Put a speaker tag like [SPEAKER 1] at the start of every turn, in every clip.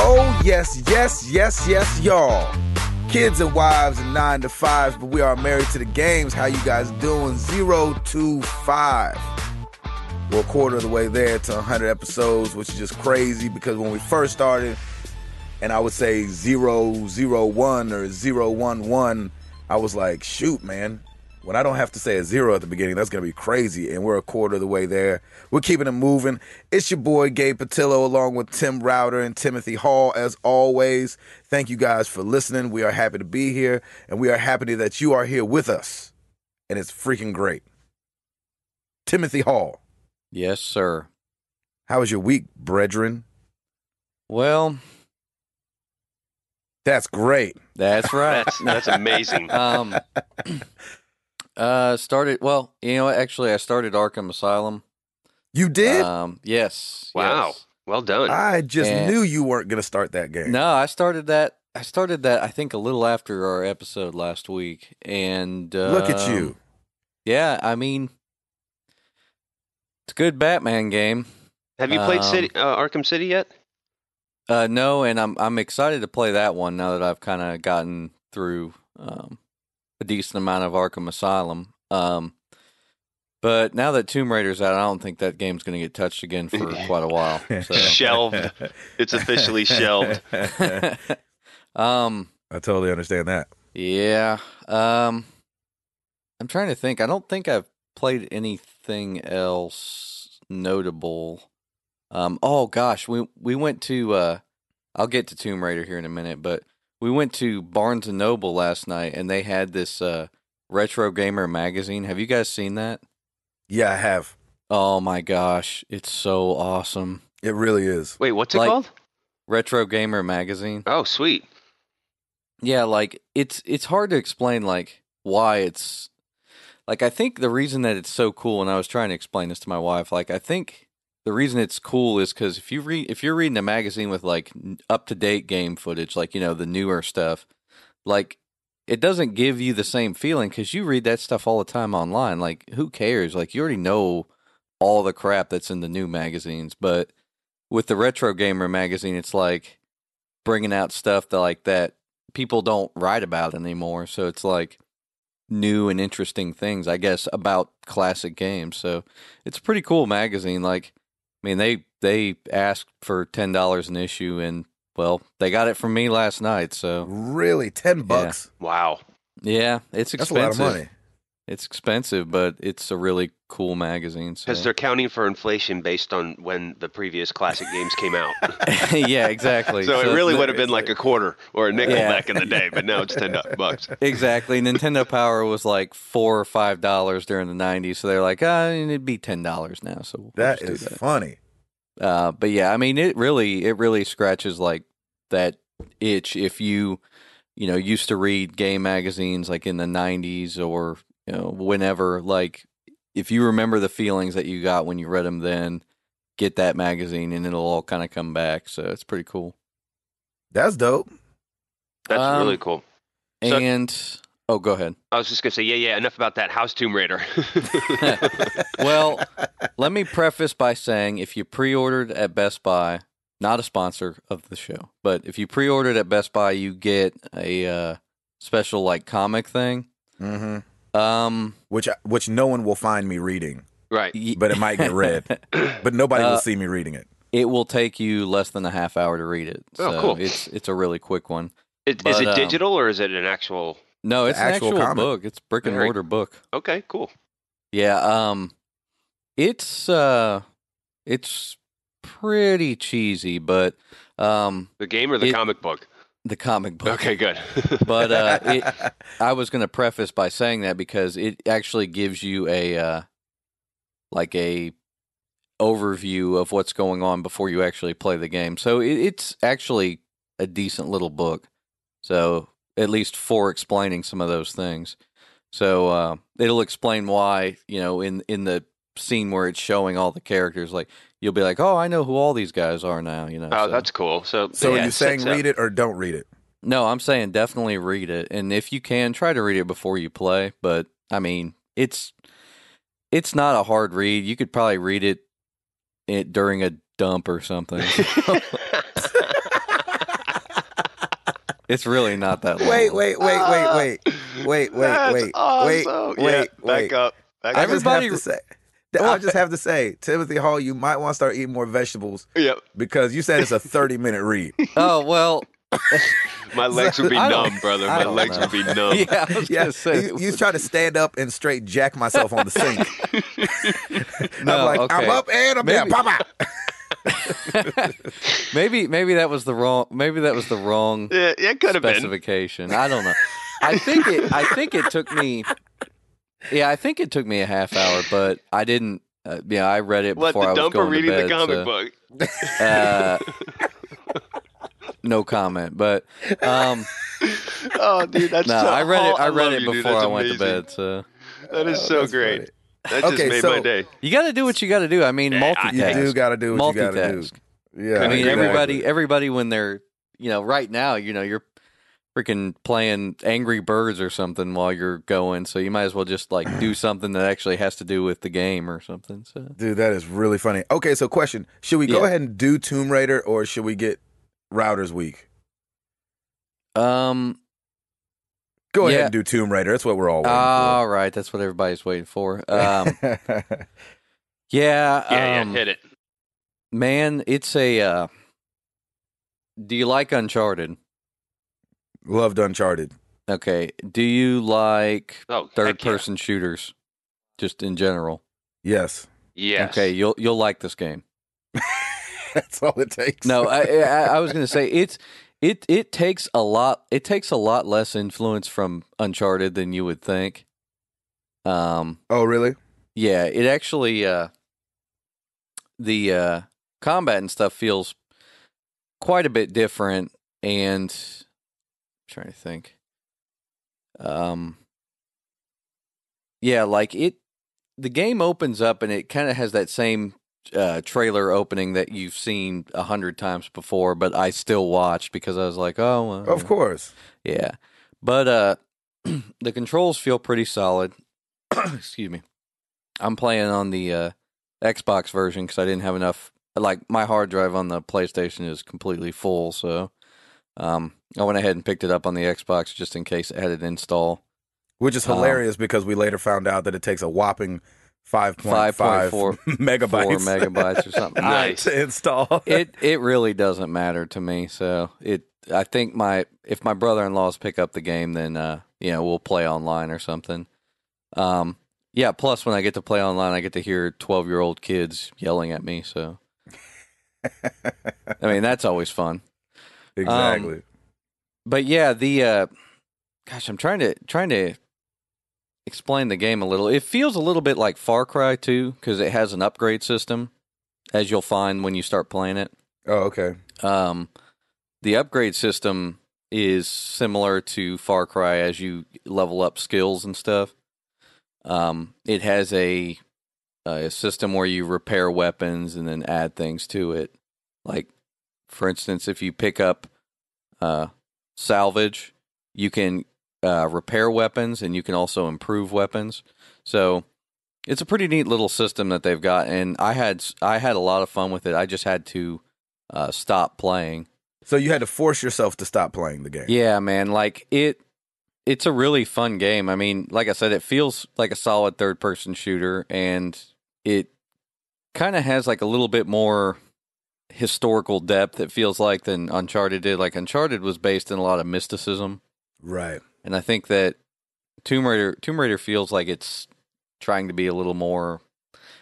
[SPEAKER 1] Oh, yes, yes, yes, yes, y'all. Kids and wives and nine to fives, but we are married to the games. How you guys doing? Zero to five. We're a quarter of the way there to 100 episodes, which is just crazy because when we first started, and I would say zero zero one or zero one one, I was like, shoot, man. When I don't have to say a zero at the beginning, that's gonna be crazy. And we're a quarter of the way there. We're keeping it moving. It's your boy Gabe Patillo along with Tim Router and Timothy Hall. As always, thank you guys for listening. We are happy to be here, and we are happy that you are here with us. And it's freaking great. Timothy Hall,
[SPEAKER 2] Yes, sir.
[SPEAKER 1] how was your week, brethren?
[SPEAKER 2] Well,
[SPEAKER 1] That's great.
[SPEAKER 2] that's right.
[SPEAKER 3] That's that's amazing.
[SPEAKER 2] um, uh, started. Well, you know, actually, I started Arkham Asylum.
[SPEAKER 1] You did?
[SPEAKER 2] Um, yes.
[SPEAKER 3] Wow.
[SPEAKER 2] yes.
[SPEAKER 3] Well done.
[SPEAKER 1] I just
[SPEAKER 2] And-
[SPEAKER 1] knew you weren't going to start that game.
[SPEAKER 2] eh, No, I started that. I started that. I think a little after our episode last week, and uh,
[SPEAKER 1] Look at you.
[SPEAKER 2] Yeah, I mean, it's a good Batman game.
[SPEAKER 3] Have you played
[SPEAKER 2] um,
[SPEAKER 3] City, uh, Arkham City yet?
[SPEAKER 2] Uh, no, and I'm I'm excited to play that one now that I've kind of gotten through um, a decent amount of Arkham Asylum. Um, but now that Tomb Raider's out, I don't think that game's going to get touched again for quite a while. So,
[SPEAKER 3] Shelved. It's officially shelved.
[SPEAKER 1] I
[SPEAKER 2] um,
[SPEAKER 1] totally understand that.
[SPEAKER 2] yeah, um, I'm trying to think. I don't think I've played anything else notable. Um, oh gosh, we we went to uh, I'll get to Tomb Raider here in a minute, but we went to Barnes and Noble last night, and they had this uh, retro gamer magazine. Have you guys seen that?
[SPEAKER 1] Yeah, I have.
[SPEAKER 2] Oh my gosh, it's so awesome!
[SPEAKER 1] It really is.
[SPEAKER 3] Wait, what's it
[SPEAKER 2] Like-
[SPEAKER 3] called?
[SPEAKER 2] Retro gamer magazine.
[SPEAKER 3] Oh, sweet.
[SPEAKER 2] Yeah, like it's it's hard to explain like why it's like I think the reason that it's so cool and I was trying to explain this to my wife like I think the reason it's cool is cuz if you read if you're reading a magazine with like up to date game footage like you know the newer stuff like it doesn't give you the same feeling cuz you read that stuff all the time online like who cares like you already know all the crap that's in the new magazines but with the retro gamer magazine it's like bringing out stuff that like that people don't write about anymore. So it's like new and interesting things, I guess, about classic games. So it's a pretty cool magazine. Like, I mean, they they asked for ten dollars an issue, and well, they got it from me last night. So
[SPEAKER 1] Really, ten bucks.
[SPEAKER 3] Wow.
[SPEAKER 2] yeah, it's
[SPEAKER 1] That's
[SPEAKER 2] expensive.
[SPEAKER 1] a lot of money.
[SPEAKER 2] It's expensive, but it's a really cool magazine. So
[SPEAKER 3] Because they're counting for inflation based on when the previous classic games came out.
[SPEAKER 2] yeah, exactly.
[SPEAKER 3] so it really
[SPEAKER 2] the-
[SPEAKER 3] would have been like a quarter or a nickel
[SPEAKER 2] Yeah.
[SPEAKER 3] back in the day, but now it's ten bucks.
[SPEAKER 2] Exactly. Nintendo Power was like four or five dollars during the '90s, so they're like, ah, it'd be ten dollars now. So we'll
[SPEAKER 1] That
[SPEAKER 2] just do
[SPEAKER 1] is funny.
[SPEAKER 2] Uh, but yeah, I mean, it really, it really scratches like that itch. If you, you know, used to read game magazines like in the '90s or you know whenever, like if you remember the feelings that you got when you read them, then get that magazine and it'll all kind of come back. So it's pretty cool.
[SPEAKER 1] That's dope.
[SPEAKER 3] That's
[SPEAKER 2] Um,
[SPEAKER 3] really cool. So-
[SPEAKER 2] and oh, go ahead.
[SPEAKER 3] I was just gonna say, yeah, yeah. Enough about that House Tomb Raider.
[SPEAKER 2] Well, let me preface by saying if you pre ordered at Best Buy, not a sponsor of the show, but if you pre ordered at Best Buy, you get a uh, special like comic thing.
[SPEAKER 1] hmm
[SPEAKER 2] Um,
[SPEAKER 1] Which uh, which no one will find me reading,
[SPEAKER 3] right.
[SPEAKER 2] y-
[SPEAKER 1] but it might get read. but nobody
[SPEAKER 2] Uh,
[SPEAKER 1] will see me reading it.
[SPEAKER 2] it will take you less than a half hour to read it.
[SPEAKER 3] Oh,
[SPEAKER 2] so
[SPEAKER 3] cool.
[SPEAKER 2] It's, it's a really quick one.
[SPEAKER 3] It, is
[SPEAKER 2] But,
[SPEAKER 3] it
[SPEAKER 2] um,
[SPEAKER 3] digital or is it an actual?
[SPEAKER 2] No, it's an
[SPEAKER 1] actual
[SPEAKER 2] actual
[SPEAKER 1] comic.
[SPEAKER 2] book, it's brick and
[SPEAKER 3] Very-
[SPEAKER 2] mortar book.
[SPEAKER 3] Okay, cool.
[SPEAKER 2] Yeah, um it's uh it's pretty cheesy, but um
[SPEAKER 3] The game or the
[SPEAKER 2] It-
[SPEAKER 3] comic book?
[SPEAKER 2] the comic book.
[SPEAKER 3] Okay, good.
[SPEAKER 2] But uh it, I was going to preface by saying that because it actually gives you a uh, like a overview of what's going on before you actually play the game. So it, it's actually a decent little book. So at least for explaining some of those things. So uh, it'll explain why you know in in the scene where it's showing all the characters, like you'll be like, oh, I know who all these guys are now. You know.
[SPEAKER 3] oh,
[SPEAKER 2] so-
[SPEAKER 3] that's cool. So,
[SPEAKER 1] so
[SPEAKER 3] yeah,
[SPEAKER 1] are you saying
[SPEAKER 3] sets up.
[SPEAKER 1] read it or don't read it?
[SPEAKER 2] no, I'm saying definitely read it, and if you can, try to read it before you play. But I mean, it's it's not a hard read. You could probably read it, it during a dump or something. It's really not that long.
[SPEAKER 1] Wait, wait, wait, wait,
[SPEAKER 3] Uh,
[SPEAKER 1] wait. wait, wait,
[SPEAKER 3] Ah! That's
[SPEAKER 1] wait, wait,
[SPEAKER 3] awesome. Yeah,
[SPEAKER 1] wait,
[SPEAKER 3] back
[SPEAKER 1] wait.
[SPEAKER 3] up. Back
[SPEAKER 1] I
[SPEAKER 3] up.
[SPEAKER 1] just have
[SPEAKER 2] Everybody-
[SPEAKER 1] to say, that I just have to say, Timothy Hall, you might want to start eating more vegetables
[SPEAKER 3] Yep.
[SPEAKER 1] because you said it's a 30 minute read.
[SPEAKER 2] Oh well.
[SPEAKER 3] My legs would be
[SPEAKER 2] I don't-
[SPEAKER 3] numb, brother.
[SPEAKER 2] I
[SPEAKER 3] My
[SPEAKER 2] don't
[SPEAKER 3] legs
[SPEAKER 2] know.
[SPEAKER 3] would be numb.
[SPEAKER 2] Yeah, I was
[SPEAKER 1] Yeah,
[SPEAKER 2] gonna say.
[SPEAKER 1] you, you try to stand up and straight jack myself on the sink.
[SPEAKER 2] No,
[SPEAKER 1] I'm like, I'm
[SPEAKER 2] okay.
[SPEAKER 1] up and I'm down.
[SPEAKER 2] Maybe-
[SPEAKER 1] Papa.
[SPEAKER 2] maybe maybe that was the wrong maybe that was the wrong
[SPEAKER 3] Yeah, it could have been.
[SPEAKER 2] specification. I don't know. I think it I think it took me Yeah, I think it took me a half hour, but I didn't uh, yeah, I read it
[SPEAKER 3] What the
[SPEAKER 2] before I was
[SPEAKER 3] dumper
[SPEAKER 2] going
[SPEAKER 3] reading
[SPEAKER 2] to bed.
[SPEAKER 3] the comic
[SPEAKER 2] so,
[SPEAKER 3] book?
[SPEAKER 2] Uh, no comment, but um
[SPEAKER 3] Oh, dude, that's
[SPEAKER 2] no,
[SPEAKER 3] so,
[SPEAKER 2] I read
[SPEAKER 3] oh,
[SPEAKER 2] it I read
[SPEAKER 3] love
[SPEAKER 2] it
[SPEAKER 3] you, dude.
[SPEAKER 2] before
[SPEAKER 3] That's
[SPEAKER 2] I went to
[SPEAKER 3] amazing.
[SPEAKER 2] bed, so
[SPEAKER 3] That is
[SPEAKER 1] Oh,
[SPEAKER 3] so
[SPEAKER 1] that's
[SPEAKER 3] great.
[SPEAKER 1] funny.
[SPEAKER 3] That
[SPEAKER 1] Okay,
[SPEAKER 3] just made
[SPEAKER 1] so-
[SPEAKER 3] my day.
[SPEAKER 2] you got to do what you got to do. I mean,
[SPEAKER 3] Yeah,
[SPEAKER 2] multitask.
[SPEAKER 3] I-
[SPEAKER 1] You do got to do what you got to do.
[SPEAKER 2] multitask.
[SPEAKER 1] Yeah,
[SPEAKER 2] I mean,
[SPEAKER 1] exactly.
[SPEAKER 2] everybody, everybody, when they're, you know, right now, you know, you're freaking playing Angry Birds or something while you're going, so you might as well just like do something that actually has to do with the game or something. So
[SPEAKER 1] Dude, that is really funny. Okay, so question: Should we go
[SPEAKER 2] Yeah.
[SPEAKER 1] ahead and do Tomb Raider, or should we get Routers Week?
[SPEAKER 2] Um.
[SPEAKER 1] Go ahead
[SPEAKER 2] Yeah.
[SPEAKER 1] and do Tomb Raider. That's what we're all waiting
[SPEAKER 2] All right, that's what everybody's waiting for. Um.
[SPEAKER 1] for.
[SPEAKER 2] yeah.
[SPEAKER 3] Yeah,
[SPEAKER 2] um,
[SPEAKER 3] yeah, hit it.
[SPEAKER 2] Man, it's a. Uh, do you like Uncharted?
[SPEAKER 1] Loved Uncharted.
[SPEAKER 2] Okay. Do you like
[SPEAKER 3] Oh,
[SPEAKER 2] third
[SPEAKER 3] heck yeah.
[SPEAKER 2] person shooters, just in general?
[SPEAKER 1] Yes,
[SPEAKER 3] Yes.
[SPEAKER 2] Okay, you'll you'll like this game.
[SPEAKER 1] that's all it takes.
[SPEAKER 2] No, I, I, I was going to say it's it it takes a lot. It takes a lot less influence from Uncharted than you would think. Um,
[SPEAKER 1] Oh, really?
[SPEAKER 2] yeah, it actually uh, the uh, combat and stuff feels quite a bit different. And I'm trying to think, um, yeah, like it. The game opens up and it kind of has that same uh, trailer opening that you've seen a hundred times before, but I still watched because I was like, oh, well,
[SPEAKER 1] Of
[SPEAKER 2] yeah.
[SPEAKER 1] course.
[SPEAKER 2] Yeah. But uh the controls feel pretty solid. Excuse me. I'm playing on the uh Xbox version cuz I didn't have enough like my hard drive on the PlayStation is completely full, so um I went ahead and picked it up on the Xbox just in case it had an install.
[SPEAKER 1] Which is
[SPEAKER 2] Um,
[SPEAKER 1] hilarious because we later found out that it takes a whopping 5.5
[SPEAKER 2] 5.4
[SPEAKER 1] megabytes,
[SPEAKER 2] 4 megabytes or something.
[SPEAKER 3] Nice.
[SPEAKER 1] to install.
[SPEAKER 2] it it really doesn't matter to me. So it I think my if my brother in laws pick up the game, then uh, you know we'll play online or something. Um, yeah. Plus, when I get to play online, I get to hear twelve year old kids yelling at me. So I mean, that's always fun. um,
[SPEAKER 1] exactly.
[SPEAKER 2] But yeah, the uh, gosh, I'm trying to trying to explain the game a little. It feels a little bit like Far Cry 2 because it has an upgrade system, as you'll find when you start playing it.
[SPEAKER 1] oh, okay.
[SPEAKER 2] Um, the upgrade system is similar to Far Cry as you level up skills and stuff. Um, it has a a system where you repair weapons and then add things to it. Like, for instance, if you pick up uh, salvage, you can uh, repair weapons and you can also improve weapons. So it's a pretty neat little system that they've got, and I had I had a lot of fun with it. I just had to uh, stop playing.
[SPEAKER 1] So you had to force yourself to stop playing the game.
[SPEAKER 2] Yeah, man. Like it, it's a really fun game. I mean, like I said, it feels like a solid third person shooter, and it kind of has like a little bit more historical depth. It feels like than Uncharted did. Like Uncharted was based in a lot of mysticism,
[SPEAKER 1] Right.
[SPEAKER 2] and I think that Tomb Raider Tomb Raider feels like it's trying to be a little more.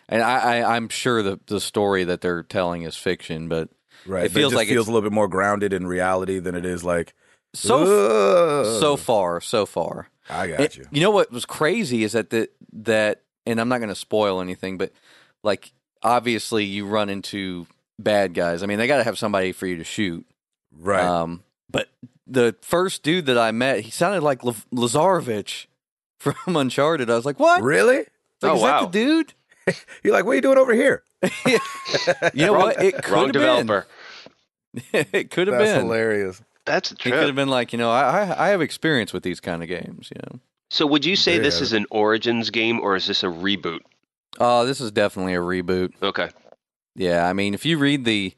[SPEAKER 2] And I, I, I'm sure the the story that they're telling is fiction, but
[SPEAKER 1] Right.
[SPEAKER 2] It
[SPEAKER 1] But
[SPEAKER 2] feels
[SPEAKER 1] just
[SPEAKER 2] like
[SPEAKER 1] feels
[SPEAKER 2] it's-
[SPEAKER 1] a little bit more grounded in reality than it is like
[SPEAKER 2] so
[SPEAKER 1] "Ugh."
[SPEAKER 2] so far, so far.
[SPEAKER 1] I got
[SPEAKER 2] And
[SPEAKER 1] you.
[SPEAKER 2] know what was crazy is that the that and I'm not going to spoil anything, but like obviously you run into bad guys. I mean, they got to have somebody for you to shoot.
[SPEAKER 1] Right.
[SPEAKER 2] Um, but the first dude that I met, he sounded like L- Lazarevich from Uncharted. I was like, "What?
[SPEAKER 1] really?
[SPEAKER 2] It's like,
[SPEAKER 3] Oh,
[SPEAKER 2] is
[SPEAKER 3] wow.
[SPEAKER 2] that the dude?"
[SPEAKER 1] You're like, what are you doing over here?
[SPEAKER 2] You know
[SPEAKER 3] Wrong-
[SPEAKER 2] what? It could
[SPEAKER 3] Wrong
[SPEAKER 2] have
[SPEAKER 3] developer.
[SPEAKER 2] been. it could have
[SPEAKER 1] That's
[SPEAKER 2] been.
[SPEAKER 1] hilarious.
[SPEAKER 3] That's a
[SPEAKER 2] It could
[SPEAKER 3] trip.
[SPEAKER 2] have been like you know, I, I I have experience with these kind of games. You know,
[SPEAKER 3] So, would you say this
[SPEAKER 1] Yeah.
[SPEAKER 3] is an Origins game or is this a reboot?
[SPEAKER 2] oh, this is definitely a reboot.
[SPEAKER 3] Okay.
[SPEAKER 2] Yeah, I mean, if you read the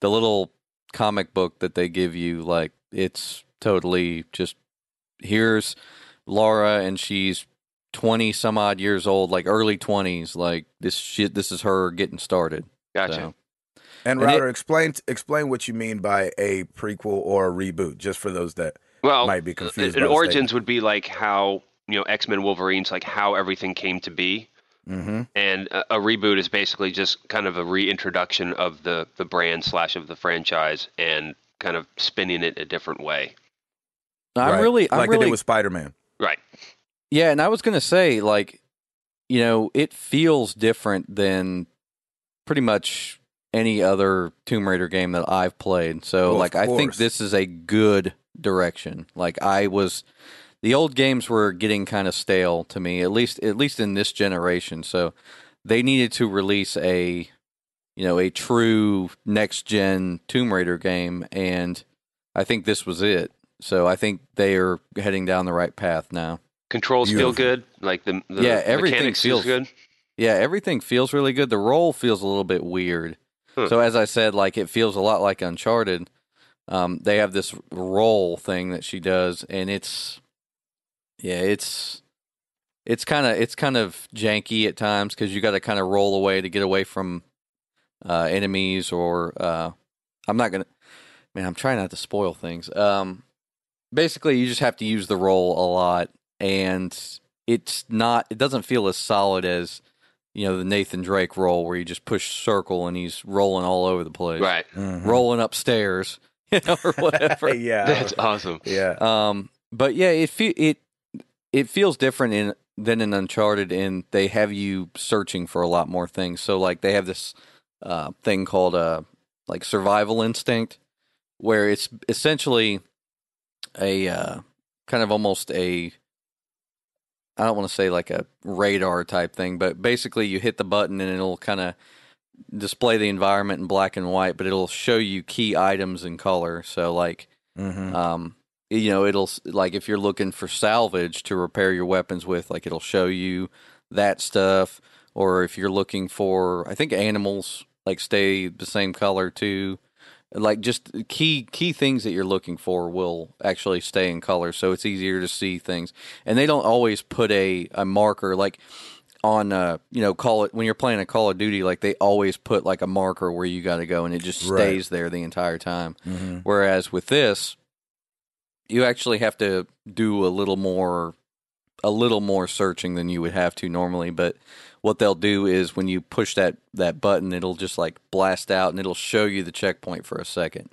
[SPEAKER 2] the little comic book that they give you, like it's totally just here's Laura and she's 20 some odd years old, like early 20s, like this shit this is her getting started.
[SPEAKER 3] Gotcha.
[SPEAKER 2] So,
[SPEAKER 1] And,
[SPEAKER 2] And
[SPEAKER 1] Router, explain explain what you mean by a prequel or a reboot, just for those that
[SPEAKER 3] Well,
[SPEAKER 1] might be confused.
[SPEAKER 3] an Oh, origins would be like how you know X Men Wolverines, like how everything came to be,
[SPEAKER 1] hmm
[SPEAKER 3] and a, a reboot is basically just kind of a reintroduction of the the brand slash of the franchise and kind of spinning it a different way.
[SPEAKER 2] I'm really I'm
[SPEAKER 1] like they
[SPEAKER 2] really
[SPEAKER 1] did with Spider Man.
[SPEAKER 3] Right.
[SPEAKER 2] Yeah, and I was gonna say, like, you know, it feels different than pretty much any other Tomb Raider game that I've played. So,
[SPEAKER 1] Well, of
[SPEAKER 2] like, I think
[SPEAKER 1] course.
[SPEAKER 2] this is a good direction. Like, I was the old games were getting kind of stale to me, at least at least in this generation. So, they needed to release a you know a true next gen Tomb Raider game, and I think this was it. So, I think they are heading down the right path now.
[SPEAKER 3] Controls
[SPEAKER 1] Beautiful.
[SPEAKER 3] feel good. Like the, the
[SPEAKER 2] Yeah, everything
[SPEAKER 3] mechanics
[SPEAKER 2] feels-
[SPEAKER 3] good.
[SPEAKER 2] Yeah, everything feels really good. The role feels a little bit weird.
[SPEAKER 3] Hmm.
[SPEAKER 2] So as I said, like it feels a lot like Uncharted. Um, they have this role thing that she does, and it's yeah, it's it's kind of it's kind of janky at times because you got to kind of roll away to get away from uh, enemies or uh, I'm not gonna man, I'm trying not to spoil things. Um, basically, you just have to use the roll a lot, and it's not it doesn't feel as solid as you know the Nathan Drake roll where you just push circle and he's rolling all over the place,
[SPEAKER 3] Right.
[SPEAKER 2] rolling upstairs, you know, or whatever.
[SPEAKER 1] yeah,
[SPEAKER 3] That's awesome.
[SPEAKER 1] yeah.
[SPEAKER 2] Um, but yeah, it fe- it it feels different in than in Uncharted, and they have you searching for a lot more things. So like they have this uh, thing called uh, like survival instinct, where it's essentially a uh, kind of almost a I don't want to say like a radar type thing, but basically you hit the button and it'll kind of display the environment in black and white, but it'll show you key items in color. So like
[SPEAKER 1] hmm
[SPEAKER 2] um, you know, it'll s- like if you're looking for salvage to repair your weapons with, like it'll show you that stuff. Or if you're looking for, I think animals like stay the same color too. Like just key key things that you're looking for will actually stay in color, so it's easier to see things. And they don't always put a a marker like on uh you know call it when you're playing a Call of Duty, like they always put like a marker where you got to go, and it just
[SPEAKER 1] Right.
[SPEAKER 2] stays there the entire time.
[SPEAKER 1] hmm
[SPEAKER 2] Whereas with this, you actually have to do a little more a little more searching than you would have to normally, but what they'll do is when you push that that button, it'll just like blast out and it'll show you the checkpoint for a second.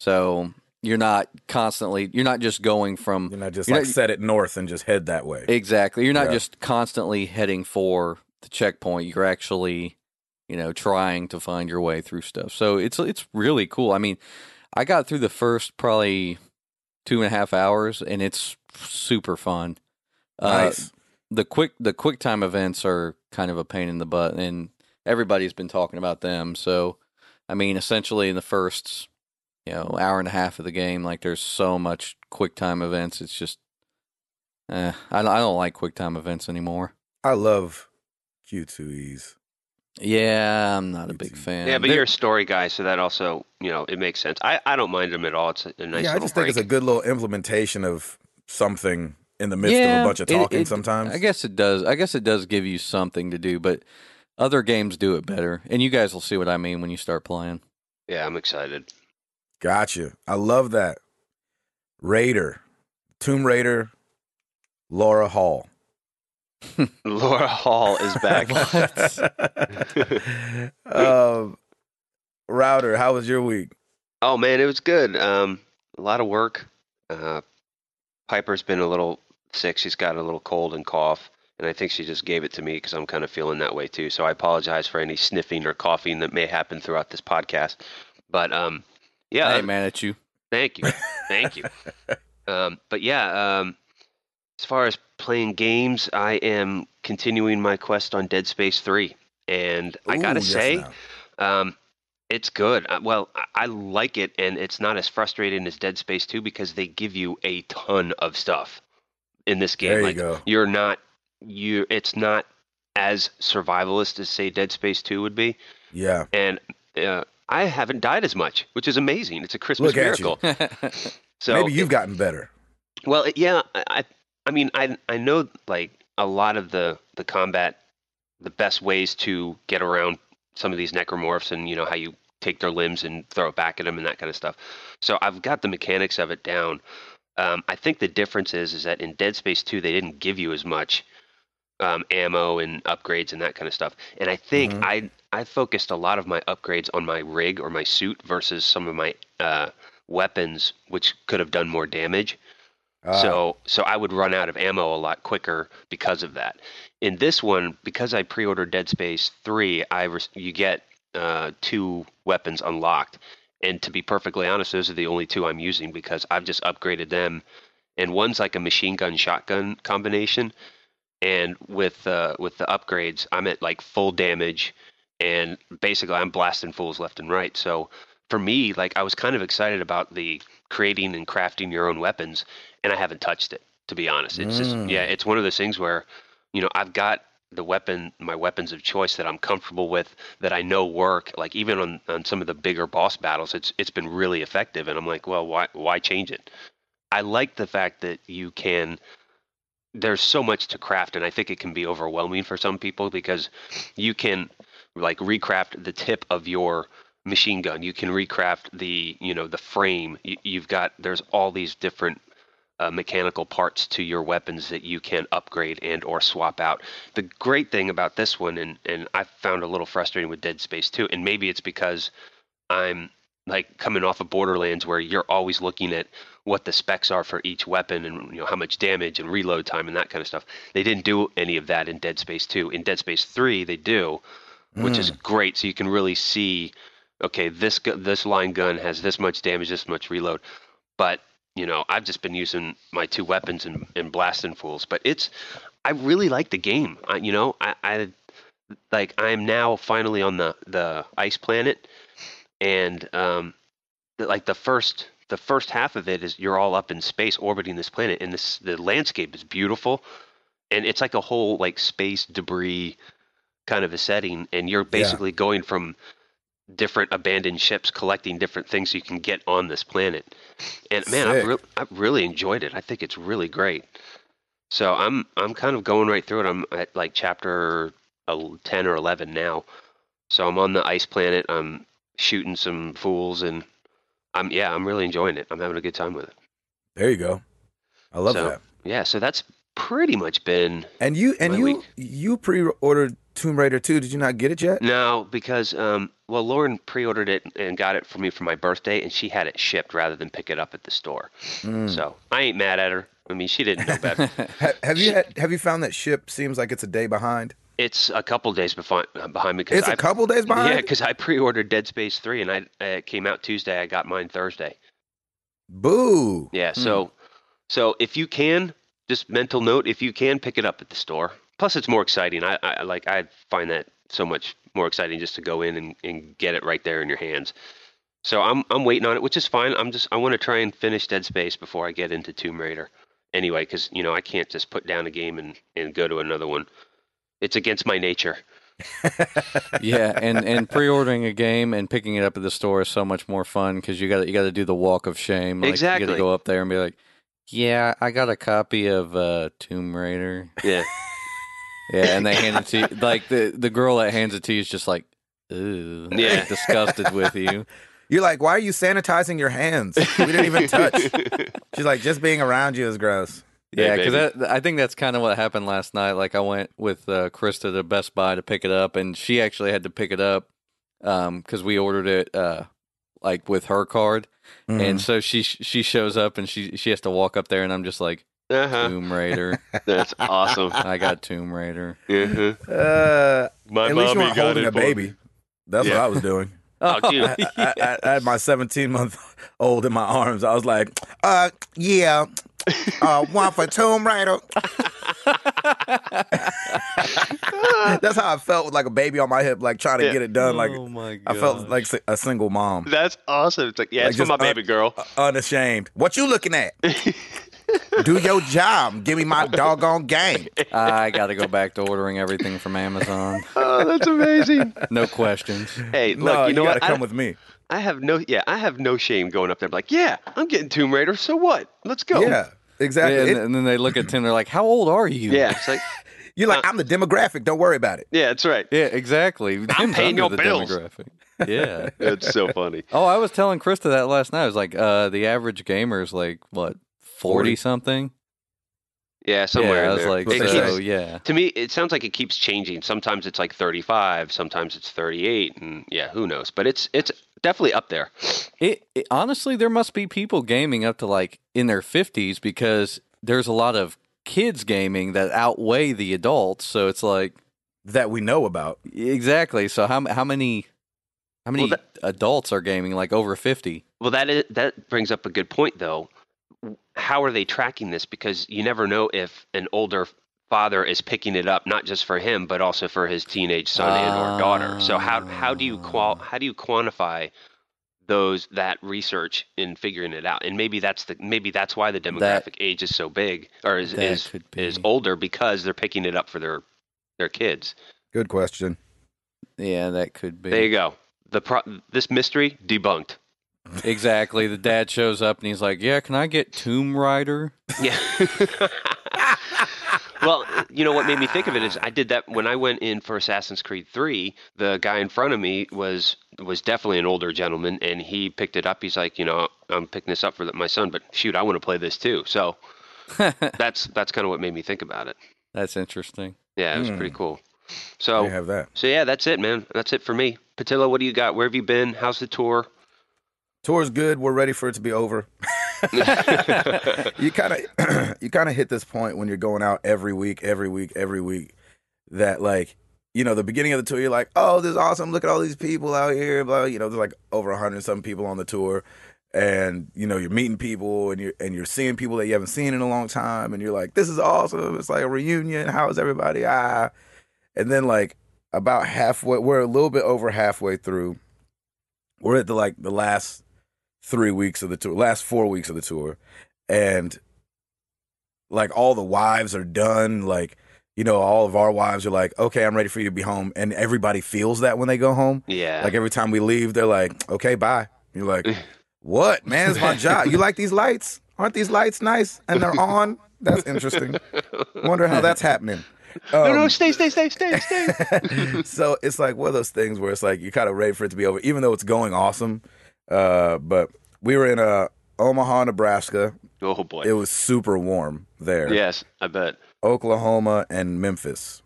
[SPEAKER 2] So you're not constantly you're not just going from
[SPEAKER 1] You know, just
[SPEAKER 2] You know,
[SPEAKER 1] like set it north and just head that way.
[SPEAKER 2] exactly you're not
[SPEAKER 1] Yeah.
[SPEAKER 2] just constantly heading for the checkpoint. You're actually you know trying to find your way through stuff. So it's it's really cool. I mean, I got through the first probably two and a half hours, and it's super fun. Uh,
[SPEAKER 1] nice.
[SPEAKER 2] the quick the quick time events are kind of a pain in the butt and everybody's been talking about them so i mean essentially in the first you know hour and a half of the game like there's so much quick time events it's just eh, I, don't- I don't like quick time events anymore
[SPEAKER 1] I love Q2Es.
[SPEAKER 2] yeah i'm not a big fan
[SPEAKER 3] Yeah, but
[SPEAKER 2] There-
[SPEAKER 3] you're a story guy, so that also, you know, it makes sense. I, I don't mind them at all. It's a, a nice
[SPEAKER 1] yeah, I
[SPEAKER 3] little
[SPEAKER 1] just
[SPEAKER 3] break.
[SPEAKER 1] think it's a good little implementation of something in the midst of
[SPEAKER 2] Yeah,
[SPEAKER 1] a bunch of
[SPEAKER 2] it-
[SPEAKER 1] talking
[SPEAKER 2] it-
[SPEAKER 1] sometimes.
[SPEAKER 2] I guess it does. I guess it does give you something to do, but other games do it better. And you guys will see what I mean when you start playing.
[SPEAKER 3] yeah, I'm excited.
[SPEAKER 1] Gotcha. I love that. Raider, Tomb Raider, Laura Hall.
[SPEAKER 3] Laura Hall is back.
[SPEAKER 1] um, Router, how was your week?
[SPEAKER 3] Oh man, it was good. Um, a lot of work. Uh, Piper's been a little sick. She's got a little cold and cough, and I think she just gave it to me because I'm kind of feeling that way too. So I apologize for any sniffing or coughing that may happen throughout this podcast. But um,
[SPEAKER 2] I
[SPEAKER 3] yeah, other-
[SPEAKER 2] ain't mad at you.
[SPEAKER 3] Thank you. Thank you. um, but yeah, um, as far as playing games, I am continuing my quest on Dead Space 3. And I
[SPEAKER 1] Ooh,
[SPEAKER 3] got to
[SPEAKER 1] yes,
[SPEAKER 3] say,
[SPEAKER 1] now.
[SPEAKER 3] um, it's good. Uh, well, I, I like it, and it's not as frustrating as Dead Space 2 because they give you a ton of stuff in this game.
[SPEAKER 1] there you
[SPEAKER 3] like,
[SPEAKER 1] go.
[SPEAKER 3] you're not, you. it's not as survivalist as, say, Dead Space 2 would be.
[SPEAKER 1] Yeah.
[SPEAKER 3] And uh, I haven't died as much, which is amazing. It's a Christmas
[SPEAKER 1] Look at you.
[SPEAKER 3] miracle. So
[SPEAKER 1] Maybe you've gotten better.
[SPEAKER 3] Well, it- yeah, I, I- I mean, I, I know like a lot of the the combat, the best ways to get around some of these necromorphs and you know how you take their limbs and throw it back at them and that kind of stuff. So I've got the mechanics of it down. Um, I think the difference is is that in Dead Space 2 they didn't give you as much um, ammo and upgrades and that kind of stuff. And I think
[SPEAKER 1] Mhm.
[SPEAKER 3] I I focused a lot of my upgrades on my rig or my suit versus some of my uh, weapons, which could have done more damage.
[SPEAKER 1] Uh,
[SPEAKER 3] So so I would run out of ammo a lot quicker because of that. In this one, because I pre-ordered Dead Space three, I res- you get uh, two weapons unlocked. And to be perfectly honest, those are the only two I'm using because I've just upgraded them. And one's like a machine gun shotgun combination. And with uh, with the upgrades, I'm at like full damage, and basically I'm blasting fools left and right. So for me, like I was kind of excited about the creating and crafting your own weapons, and I haven't touched it to be honest. It's
[SPEAKER 1] Mm.
[SPEAKER 3] just yeah, it's one of those things where, you know, I've got the weapon, my weapons of choice that I'm comfortable with, that I know work. Like even on, on some of the bigger boss battles, it's it's been really effective, and I'm like, well, why why change it? I like the fact that you can. There's so much to craft, and I think it can be overwhelming for some people because you can like recraft the tip of your machine gun. You can recraft the you know the frame. You, you've got there's all these different uh, mechanical parts to your weapons that you can upgrade and or swap out. The great thing about this one, and and I found a little frustrating with Dead Space too, and maybe it's because I'm like coming off of Borderlands where you're always looking at what the specs are for each weapon and you know how much damage and reload time and that kind of stuff. They didn't do any of that in Dead Space 2. In Dead Space 3, they do,
[SPEAKER 1] mm,
[SPEAKER 3] which is great so you can really see okay, this gu- this line gun has this much damage, this much reload. But, you know, I've just been using my two weapons and, and blasting fools, but it's I really like the game. I, you know, I, I like I am now finally on the the ice planet, and um, th- like the first the first half of it is you're all up in space orbiting this planet, and this the landscape is beautiful, and it's like a whole like space debris kind of a setting, and you're basically going from different abandoned ships collecting different things you can get on this planet. And man,
[SPEAKER 1] Sick.
[SPEAKER 3] I've, re- I've really enjoyed it. I think it's really great. So I'm I'm kind of going right through it. I'm at like chapter el- 10 or 11 now. So I'm on the ice planet. I'm shooting some fools and I'm yeah, I'm really enjoying it. I'm having a good time with it.
[SPEAKER 1] there you go. I love
[SPEAKER 3] So-
[SPEAKER 1] that.
[SPEAKER 3] Yeah, so that's pretty much been
[SPEAKER 1] And you and
[SPEAKER 3] my
[SPEAKER 1] you
[SPEAKER 3] week.
[SPEAKER 1] you pre-ordered Tomb Raider 2. Did you not get it yet?
[SPEAKER 3] no because um well Lauren pre-ordered it and got it for me for my birthday and she had it shipped rather than pick it up at the store.
[SPEAKER 1] Mm.
[SPEAKER 3] So I ain't mad at her. I mean, she didn't know better.
[SPEAKER 1] Ha- have you had, have you found that ship seems like it's a day behind?
[SPEAKER 3] it's a couple days behind behind me because
[SPEAKER 1] It's a
[SPEAKER 3] I
[SPEAKER 1] couple days behind.
[SPEAKER 3] Yeah, because I pre-ordered Dead Space three, and I uh, it came out Tuesday. I got mine Thursday.
[SPEAKER 1] Boo.
[SPEAKER 3] Yeah,
[SPEAKER 2] Hmm.
[SPEAKER 3] so so if you can, just mental note, if you can pick it up at the store. Plus, it's more exciting. I, I like I find that so much more exciting just to go in and, and get it right there in your hands. So I'm I'm waiting on it, which is fine. I'm just I want to try and finish Dead Space before I get into Tomb Raider. Anyway, because you know I can't just put down a game and and go to another one. It's against my nature.
[SPEAKER 2] yeah, and and pre-ordering a game and picking it up at the store is so much more fun because you got you got to do the walk of shame. Like, You got
[SPEAKER 3] Exactly.
[SPEAKER 2] to go up there and be like, "Yeah, I got a copy of uh, Tomb Raider."
[SPEAKER 3] Yeah.
[SPEAKER 2] Yeah, and they hand it to you. Like the the girl that hands it to you is just like, "Ooh, like,
[SPEAKER 3] Yeah.
[SPEAKER 2] disgusted with you."
[SPEAKER 1] You're like, why are you sanitizing your hands? We didn't even touch. She's like, just being around you is gross.
[SPEAKER 2] Yeah,
[SPEAKER 3] Hey,
[SPEAKER 2] because I think that's kind of what happened last night. Like I went with uh, Krista to Best Buy to pick it up, and she actually had to pick it up because we ordered it uh, like with her card.
[SPEAKER 1] Mm.
[SPEAKER 2] And so she she shows up and she she has to walk up there, and I'm just like
[SPEAKER 3] uh huh.
[SPEAKER 2] Tomb Raider.
[SPEAKER 3] That's awesome.
[SPEAKER 2] I got Tomb Raider.
[SPEAKER 3] Uh-huh.
[SPEAKER 1] Uh,
[SPEAKER 3] My
[SPEAKER 1] Mm-hmm. at least you
[SPEAKER 3] mommy
[SPEAKER 1] weren't
[SPEAKER 3] got
[SPEAKER 1] holding
[SPEAKER 3] it
[SPEAKER 1] a
[SPEAKER 3] for me.
[SPEAKER 1] baby. That's what
[SPEAKER 3] Yeah.
[SPEAKER 1] I was doing.
[SPEAKER 3] Oh, dude.
[SPEAKER 1] I, I, I, I had my 17 month old in my arms. I was like, uh, yeah, uh, one for Tomb Raider. That's how I felt with like a baby on my hip, like trying to
[SPEAKER 3] Yeah.
[SPEAKER 1] get it done. Like
[SPEAKER 2] oh my god!
[SPEAKER 1] I felt like si- a single mom,
[SPEAKER 3] That's awesome. It's like, yeah,
[SPEAKER 1] Like
[SPEAKER 3] it's for
[SPEAKER 1] just
[SPEAKER 3] my
[SPEAKER 1] un-
[SPEAKER 3] baby girl.
[SPEAKER 1] unashamed. What you looking at? Do your job. Give me my doggone game.
[SPEAKER 2] I got to go back to ordering everything from Amazon.
[SPEAKER 3] oh, that's amazing.
[SPEAKER 2] No questions.
[SPEAKER 3] Hey, look,
[SPEAKER 1] no,
[SPEAKER 3] you know
[SPEAKER 1] gotta
[SPEAKER 3] what? I,
[SPEAKER 1] come with me.
[SPEAKER 3] I have no, yeah, I have no shame going up there. Like, yeah, I'm getting Tomb Raider. So what? Let's go.
[SPEAKER 1] Yeah, exactly.
[SPEAKER 2] and,
[SPEAKER 1] It-
[SPEAKER 2] and then they look at Tim. They're like, "How old are you?"
[SPEAKER 3] yeah. It's like,
[SPEAKER 1] you're
[SPEAKER 3] uh,
[SPEAKER 1] like, I'm the demographic. Don't worry about it.
[SPEAKER 3] yeah, that's right.
[SPEAKER 2] yeah, exactly. Tim's
[SPEAKER 3] paying
[SPEAKER 2] under
[SPEAKER 3] your
[SPEAKER 2] the
[SPEAKER 3] bills.
[SPEAKER 2] Demographic. Yeah.
[SPEAKER 3] That's so funny.
[SPEAKER 2] Oh, I was telling Krista that last night. I was like, uh, the average gamer is like what forty something.
[SPEAKER 3] Yeah,
[SPEAKER 2] yeah,
[SPEAKER 3] somewhere. in
[SPEAKER 2] I was
[SPEAKER 3] there.
[SPEAKER 2] like,
[SPEAKER 3] It keeps-
[SPEAKER 2] so yeah,
[SPEAKER 3] to me, it sounds like it keeps changing. Sometimes it's like 35, sometimes it's 38, and yeah, who knows? But it's it's definitely up there.
[SPEAKER 2] It, it honestly, there must be people gaming up to like in their fifties because there's a lot of kids gaming that outweigh the adults. So it's like
[SPEAKER 1] That we know about.
[SPEAKER 2] exactly. So how how many how many
[SPEAKER 3] Well, that-
[SPEAKER 2] adults are gaming like over fifty?
[SPEAKER 3] Well, that is that brings up a good point though. How are they tracking this? Because you never know if an older father is picking it up, not just for him, but also for his teenage son and or daughter. So how how do you qual how do you quantify those that research in figuring it out? And maybe that's the maybe that's why the demographic age is so big or is
[SPEAKER 2] That
[SPEAKER 3] is,
[SPEAKER 2] could
[SPEAKER 3] is
[SPEAKER 2] be.
[SPEAKER 3] older because they're picking it up for their their kids.
[SPEAKER 1] Good question.
[SPEAKER 2] Yeah, that could be
[SPEAKER 3] There you go. The pro- this mystery debunked.
[SPEAKER 2] exactly. The dad shows up and he's like, "Yeah, can I get Tomb Raider?"
[SPEAKER 3] Yeah. well, you know what made me think of it is I did that when I went in for Assassin's Creed 3, the guy in front of me was was definitely an older gentleman and he picked it up. He's like, you know, I'm picking this up for my son, but shoot, I want to play this too. So that's that's kind of what made me think about it.
[SPEAKER 2] That's interesting.
[SPEAKER 3] Yeah, it was
[SPEAKER 1] Hmm.
[SPEAKER 3] pretty cool.
[SPEAKER 1] Oh.
[SPEAKER 3] So
[SPEAKER 1] You have that
[SPEAKER 3] so yeah, that's it, man. That's it for me. Patillo, what do you got? Where have you been? How's the tour?
[SPEAKER 1] tour's good. We're ready for it to be over. you kind of you kind of hit this point when you're going out every week, every week, every week that like you know the beginning of the tour you're like, "Oh, this is awesome. Look at all these people out here." Blah, you know, there's like over 100 and some people on the tour and you know, you're meeting people and you're and you're seeing people that you haven't seen in a long time and you're like, "This is awesome. It's like a reunion. How is everybody?" Ah. And then like about halfway, we're a little bit over halfway through. We're at the like the last 3 weeks of the tour, last 4 weeks of the tour and like all the wives are done like you know all of our wives are like okay i'm ready for you to be home and everybody feels that when they go home
[SPEAKER 3] Yeah.
[SPEAKER 1] like every time we leave they're like okay bye you're like what man it's my job you like these lights aren't these lights nice and they're on that's interesting wonder how that's happening
[SPEAKER 3] no, no,
[SPEAKER 1] Um,
[SPEAKER 3] stay, stay, stay, stay, stay.
[SPEAKER 1] so it's like one of those things where it's like you're kind of ready for it to be over, even though it's going awesome. Uh, but we were in uh, Omaha, Nebraska.
[SPEAKER 3] oh boy.
[SPEAKER 1] It was super warm there.
[SPEAKER 3] yes, I bet.
[SPEAKER 1] Oklahoma and Memphis.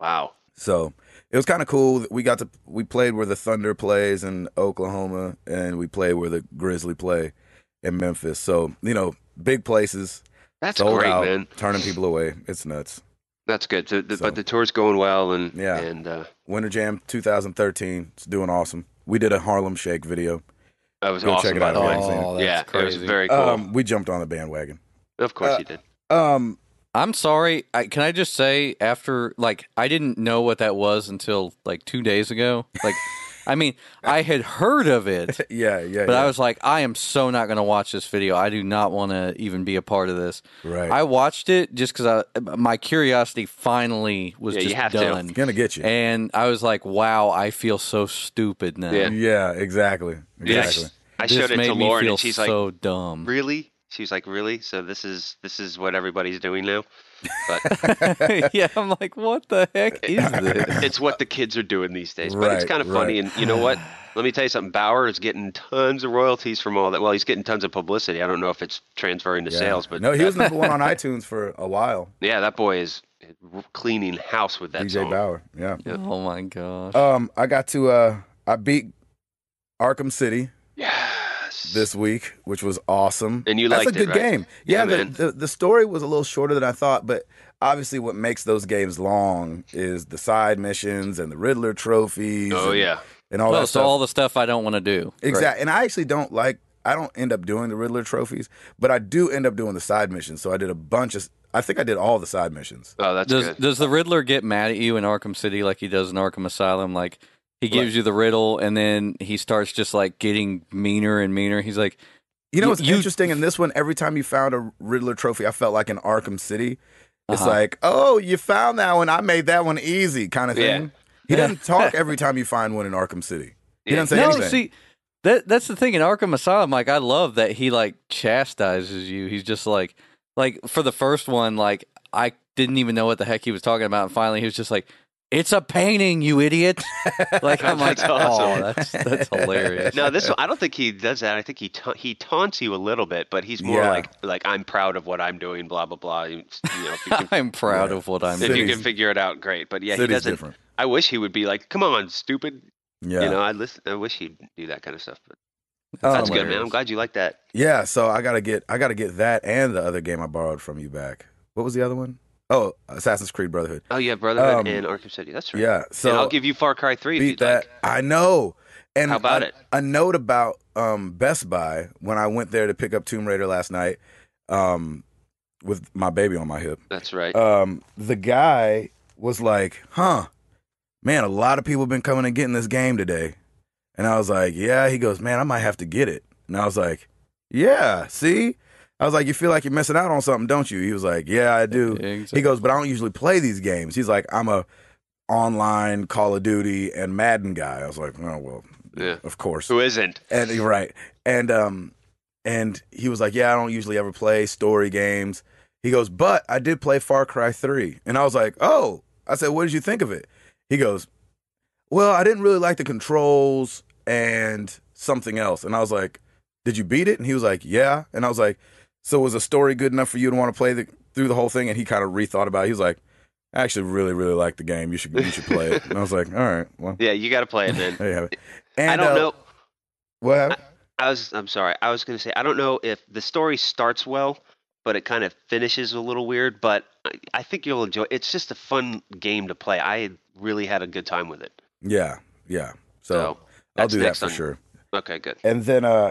[SPEAKER 3] Wow.
[SPEAKER 1] So it was kind of cool. that We got to we played where the Thunder plays in Oklahoma, and we played where the Grizzly play in Memphis. So you know, big places.
[SPEAKER 3] That's
[SPEAKER 1] sold
[SPEAKER 3] great,
[SPEAKER 1] out,
[SPEAKER 3] man.
[SPEAKER 1] Turning people away. It's nuts.
[SPEAKER 3] That's good. So, the,
[SPEAKER 1] So-
[SPEAKER 3] But the tour's going well, and
[SPEAKER 1] Yeah.
[SPEAKER 3] and uh,
[SPEAKER 1] Winter Jam 2013. It's doing awesome. We did a Harlem Shake video.
[SPEAKER 3] that was
[SPEAKER 1] Go check
[SPEAKER 3] awesome.
[SPEAKER 1] it
[SPEAKER 3] by
[SPEAKER 1] out
[SPEAKER 3] the way,
[SPEAKER 1] if you haven't seen
[SPEAKER 2] Oh, that's
[SPEAKER 3] yeah, it was
[SPEAKER 2] crazy.
[SPEAKER 3] very cool.
[SPEAKER 1] Um, we jumped on the bandwagon.
[SPEAKER 3] of course
[SPEAKER 1] uh,
[SPEAKER 3] you did.
[SPEAKER 1] Um,
[SPEAKER 2] I'm sorry. I, can I just say after like I didn't know what that was until like two days ago. Like, I mean, I had heard of it,
[SPEAKER 1] yeah, yeah,
[SPEAKER 2] but
[SPEAKER 1] yeah.
[SPEAKER 2] I was like, I am so not going to watch this video. I do not want to even be a part of this.
[SPEAKER 1] right.
[SPEAKER 2] I watched it just because my curiosity finally was
[SPEAKER 3] Yeah, you
[SPEAKER 2] just
[SPEAKER 3] have to.
[SPEAKER 2] done,
[SPEAKER 1] gonna get you.
[SPEAKER 2] and I was like, wow, I feel so stupid now.
[SPEAKER 3] Yeah.
[SPEAKER 1] yeah, exactly,
[SPEAKER 3] Yeah, I-
[SPEAKER 1] exactly.
[SPEAKER 3] I,
[SPEAKER 2] This
[SPEAKER 3] showed it
[SPEAKER 2] made
[SPEAKER 3] to
[SPEAKER 2] me
[SPEAKER 3] Lauren,
[SPEAKER 2] feel
[SPEAKER 3] and she's like,
[SPEAKER 2] so dumb.
[SPEAKER 3] "Really?" She was like, "Really?" So this is this is what everybody's doing now. But
[SPEAKER 2] yeah, I'm like, what the heck is this?
[SPEAKER 3] it's what the kids are doing these days. But it's
[SPEAKER 1] Right,
[SPEAKER 3] kind of funny, and you know what? Let me tell you something. Bauer is getting tons of royalties from all that. Well, he's getting tons of publicity. I don't know if it's transferring to
[SPEAKER 1] Yeah.
[SPEAKER 3] sales, but
[SPEAKER 1] no, he
[SPEAKER 3] that-
[SPEAKER 1] was number one on iTunes for a while.
[SPEAKER 3] yeah, that boy is cleaning house with that
[SPEAKER 1] DJ
[SPEAKER 3] song.
[SPEAKER 1] Bauer. Yeah.
[SPEAKER 3] Yeah.
[SPEAKER 2] Oh my gosh.
[SPEAKER 1] Um, I got to uh, I beat Arkham City
[SPEAKER 3] Yes.
[SPEAKER 1] this week, which was awesome.
[SPEAKER 3] And you
[SPEAKER 1] That's
[SPEAKER 3] liked
[SPEAKER 1] a
[SPEAKER 3] it,
[SPEAKER 1] good
[SPEAKER 3] right?
[SPEAKER 1] game.
[SPEAKER 3] Yeah,
[SPEAKER 1] Yeah.
[SPEAKER 3] man.
[SPEAKER 1] the, the the story was a little shorter than I thought, but obviously, what makes those games long is the side missions and the Riddler trophies.
[SPEAKER 3] Oh
[SPEAKER 1] and,
[SPEAKER 3] yeah.
[SPEAKER 1] and all
[SPEAKER 2] well,
[SPEAKER 1] that
[SPEAKER 2] so
[SPEAKER 1] stuff.
[SPEAKER 2] all the stuff I don't want to do.
[SPEAKER 1] Exactly. And I actually don't like I don't end up doing the Riddler trophies, but I do end up doing the side missions. So I did a bunch of I think I did all the side missions.
[SPEAKER 3] Oh, that's
[SPEAKER 2] does
[SPEAKER 3] good.
[SPEAKER 2] does the Riddler get mad at you in Arkham City like he does in Arkham Asylum? Like he gives you the riddle and then he starts just like getting meaner and meaner. He's like,
[SPEAKER 1] You know
[SPEAKER 2] You-
[SPEAKER 1] what's
[SPEAKER 2] you-
[SPEAKER 1] interesting in this one? Every time you found a Riddler trophy, I felt like in Arkham City. It's
[SPEAKER 2] Uh-huh.
[SPEAKER 1] like, oh, you found that one. I made that one easy, kind of thing.
[SPEAKER 3] Yeah.
[SPEAKER 1] He doesn't talk every time you find one in Arkham City. He
[SPEAKER 3] Yeah.
[SPEAKER 1] doesn't say
[SPEAKER 2] no,
[SPEAKER 1] anything.
[SPEAKER 2] see, that that's the thing in Arkham Asylum. Like, I love that he like chastises you. He's just like, like for the first one, like I didn't even know what the heck he was talking about, and finally he was just like, "It's a painting, you idiot!" like I'm like,
[SPEAKER 3] That's awesome.
[SPEAKER 2] oh, that's that's hilarious.
[SPEAKER 3] No, this I don't think he does that. I think he ta- he taunts you a little bit, but he's more
[SPEAKER 1] Yeah.
[SPEAKER 3] like like I'm proud of what I'm doing, blah blah blah. You, you know, if you can,
[SPEAKER 2] I'm proud
[SPEAKER 1] Yeah.
[SPEAKER 2] of what I'm
[SPEAKER 3] if you
[SPEAKER 2] doing.
[SPEAKER 1] City's-
[SPEAKER 3] can figure it out, great. But yeah, he
[SPEAKER 1] City's
[SPEAKER 3] doesn't.
[SPEAKER 1] different.
[SPEAKER 3] I wish he would be like, "Come on, stupid!"
[SPEAKER 1] Yeah.
[SPEAKER 3] You know, I listen. I wish he'd do that kind of stuff. But
[SPEAKER 1] Oh,
[SPEAKER 3] that's good, man.
[SPEAKER 2] hilarious.
[SPEAKER 3] I'm glad you like that.
[SPEAKER 1] Yeah, so I gotta get I gotta get that and the other game I borrowed from you back. What was the other one? Oh, Assassin's Creed Brotherhood.
[SPEAKER 3] Oh yeah,
[SPEAKER 1] Um,
[SPEAKER 3] Brotherhood and Arkham City. That's right.
[SPEAKER 1] Yeah, so
[SPEAKER 3] and I'll give you Far Cry Three. if
[SPEAKER 1] beat
[SPEAKER 3] you'd
[SPEAKER 1] that.
[SPEAKER 3] Like.
[SPEAKER 1] I know. And
[SPEAKER 3] How about
[SPEAKER 1] a,
[SPEAKER 3] it?
[SPEAKER 1] A note about um, Best Buy when I went there to pick up Tomb Raider last night, um, with my baby on my hip.
[SPEAKER 3] That's right.
[SPEAKER 1] Um, the guy was like, "Huh, man, a lot of people have been coming and getting this game today," and I was like, "Yeah." He goes, "Man, I might have to get it," and I was like, "Yeah, see." I was like, "You feel like you're missing out on something, don't you?" He was like, "Yeah, I do."
[SPEAKER 2] Exactly.
[SPEAKER 1] He goes, but I don't usually play these games. He's like, I'm a online Call of Duty and Madden guy. I was like, oh well,
[SPEAKER 3] yeah.
[SPEAKER 1] of course.
[SPEAKER 3] Who isn't?
[SPEAKER 1] And you're right. And um, and he was like, yeah, I don't usually ever play story games. He goes, but I did play Far Cry Three, and I was like, oh. I said, what did you think of it? He goes, well, I didn't really like the controls and something else. And I was like, did you beat it? And he was like, yeah. And I was like, so was the story good enough for you to want to play the, through the whole thing? And he kind of rethought about it. He was like, I actually really, really like the game. You should, you should play it. And I was like, all right, well,
[SPEAKER 3] Yeah, you got to play it, man.
[SPEAKER 1] there you have it.
[SPEAKER 3] I
[SPEAKER 1] And,
[SPEAKER 3] don't
[SPEAKER 1] uh,
[SPEAKER 3] know.
[SPEAKER 1] What happened?
[SPEAKER 3] I was. I'm sorry. I was going to say I don't know if the story starts well, but it kind of finishes a little weird. But I, I think you'll enjoy. It's just a fun game to play. I really had a good time with it.
[SPEAKER 1] Yeah, yeah. So,
[SPEAKER 3] So,
[SPEAKER 1] I'll
[SPEAKER 3] that's
[SPEAKER 1] do that
[SPEAKER 3] next
[SPEAKER 1] for
[SPEAKER 3] on-
[SPEAKER 1] sure.
[SPEAKER 3] Okay, good.
[SPEAKER 1] And then, uh,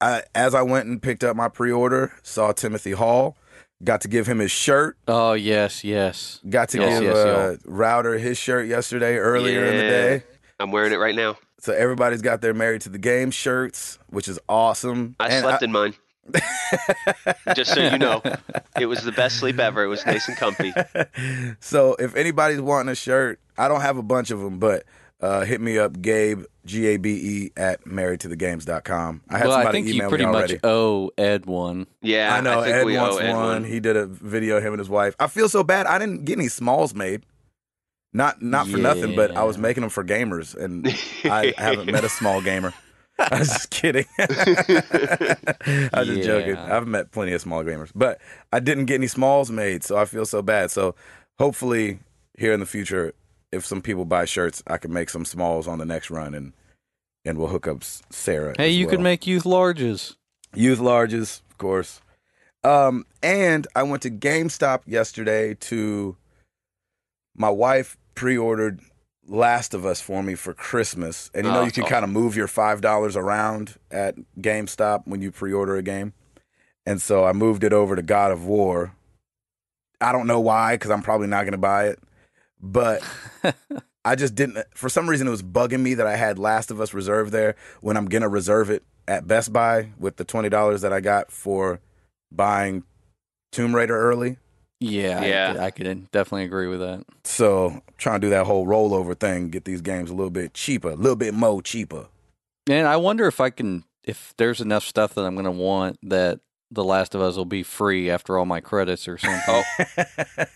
[SPEAKER 1] I, as I went and picked up my pre-order, saw Timothy Hall, got to give him his shirt,
[SPEAKER 2] oh yes, yes.
[SPEAKER 1] got to
[SPEAKER 2] Yes,
[SPEAKER 1] give
[SPEAKER 2] yes,
[SPEAKER 1] uh, Router his shirt yesterday earlier in the
[SPEAKER 3] Yeah.
[SPEAKER 1] day.
[SPEAKER 3] I'm wearing it right now.
[SPEAKER 1] So everybody's got their married to the game shirts, which is awesome.
[SPEAKER 3] I
[SPEAKER 1] And
[SPEAKER 3] slept in mine. Just so you know, it was the best sleep ever. It was nice and comfy.
[SPEAKER 1] so if anybody's wanting a shirt, I don't have a bunch of them, but uh, hit me up, Gabe G A B E at marriedtothegames.com. I had
[SPEAKER 2] well,
[SPEAKER 1] somebody
[SPEAKER 2] I think
[SPEAKER 1] email
[SPEAKER 2] you pretty
[SPEAKER 1] me
[SPEAKER 2] much
[SPEAKER 1] already.
[SPEAKER 2] owe Ed one.
[SPEAKER 3] Yeah,
[SPEAKER 1] I know
[SPEAKER 3] think
[SPEAKER 1] Ed
[SPEAKER 3] we
[SPEAKER 1] wants
[SPEAKER 3] owe Ed
[SPEAKER 1] one.
[SPEAKER 3] one.
[SPEAKER 1] He did a video him and his wife. I feel so bad. I didn't get any smalls made. Not not for nothing, but I was
[SPEAKER 2] Yeah.
[SPEAKER 1] making them for gamers, and I haven't met a small gamer. I was just kidding. I was just joking.
[SPEAKER 2] Yeah.
[SPEAKER 1] I've met plenty of small gamers, but I didn't get any smalls made, so I feel so bad. So hopefully, here in the future, if some people buy shirts, I can make some smalls on the next run, and and we'll hook up S- Sarah.
[SPEAKER 2] Hey,
[SPEAKER 1] as
[SPEAKER 2] you
[SPEAKER 1] well
[SPEAKER 2] could make youth larges.
[SPEAKER 1] youth larges, of course. Um, and I went to GameStop yesterday to my wife pre-ordered Last of Us for me for Christmas. And you know
[SPEAKER 3] Oh,
[SPEAKER 1] you can
[SPEAKER 3] awesome.
[SPEAKER 1] kind of move your five dollars around at GameStop when you pre-order a game. And so I moved it over to God of War. I don't know why, because I'm probably not going to buy it. But I just didn't. For some reason, it was bugging me that I had Last of Us reserved there when I'm gonna reserve it at Best Buy with the twenty dollars that I got for buying Tomb Raider early.
[SPEAKER 2] Yeah,
[SPEAKER 3] Yeah.
[SPEAKER 2] I, could, I could definitely agree with that.
[SPEAKER 1] So trying to do that whole rollover thing, get these games a little bit cheaper, a little bit more cheaper.
[SPEAKER 2] And I wonder if I can, if there's enough stuff that I'm going to want that The Last of Us will be free after all my credits or something. oh,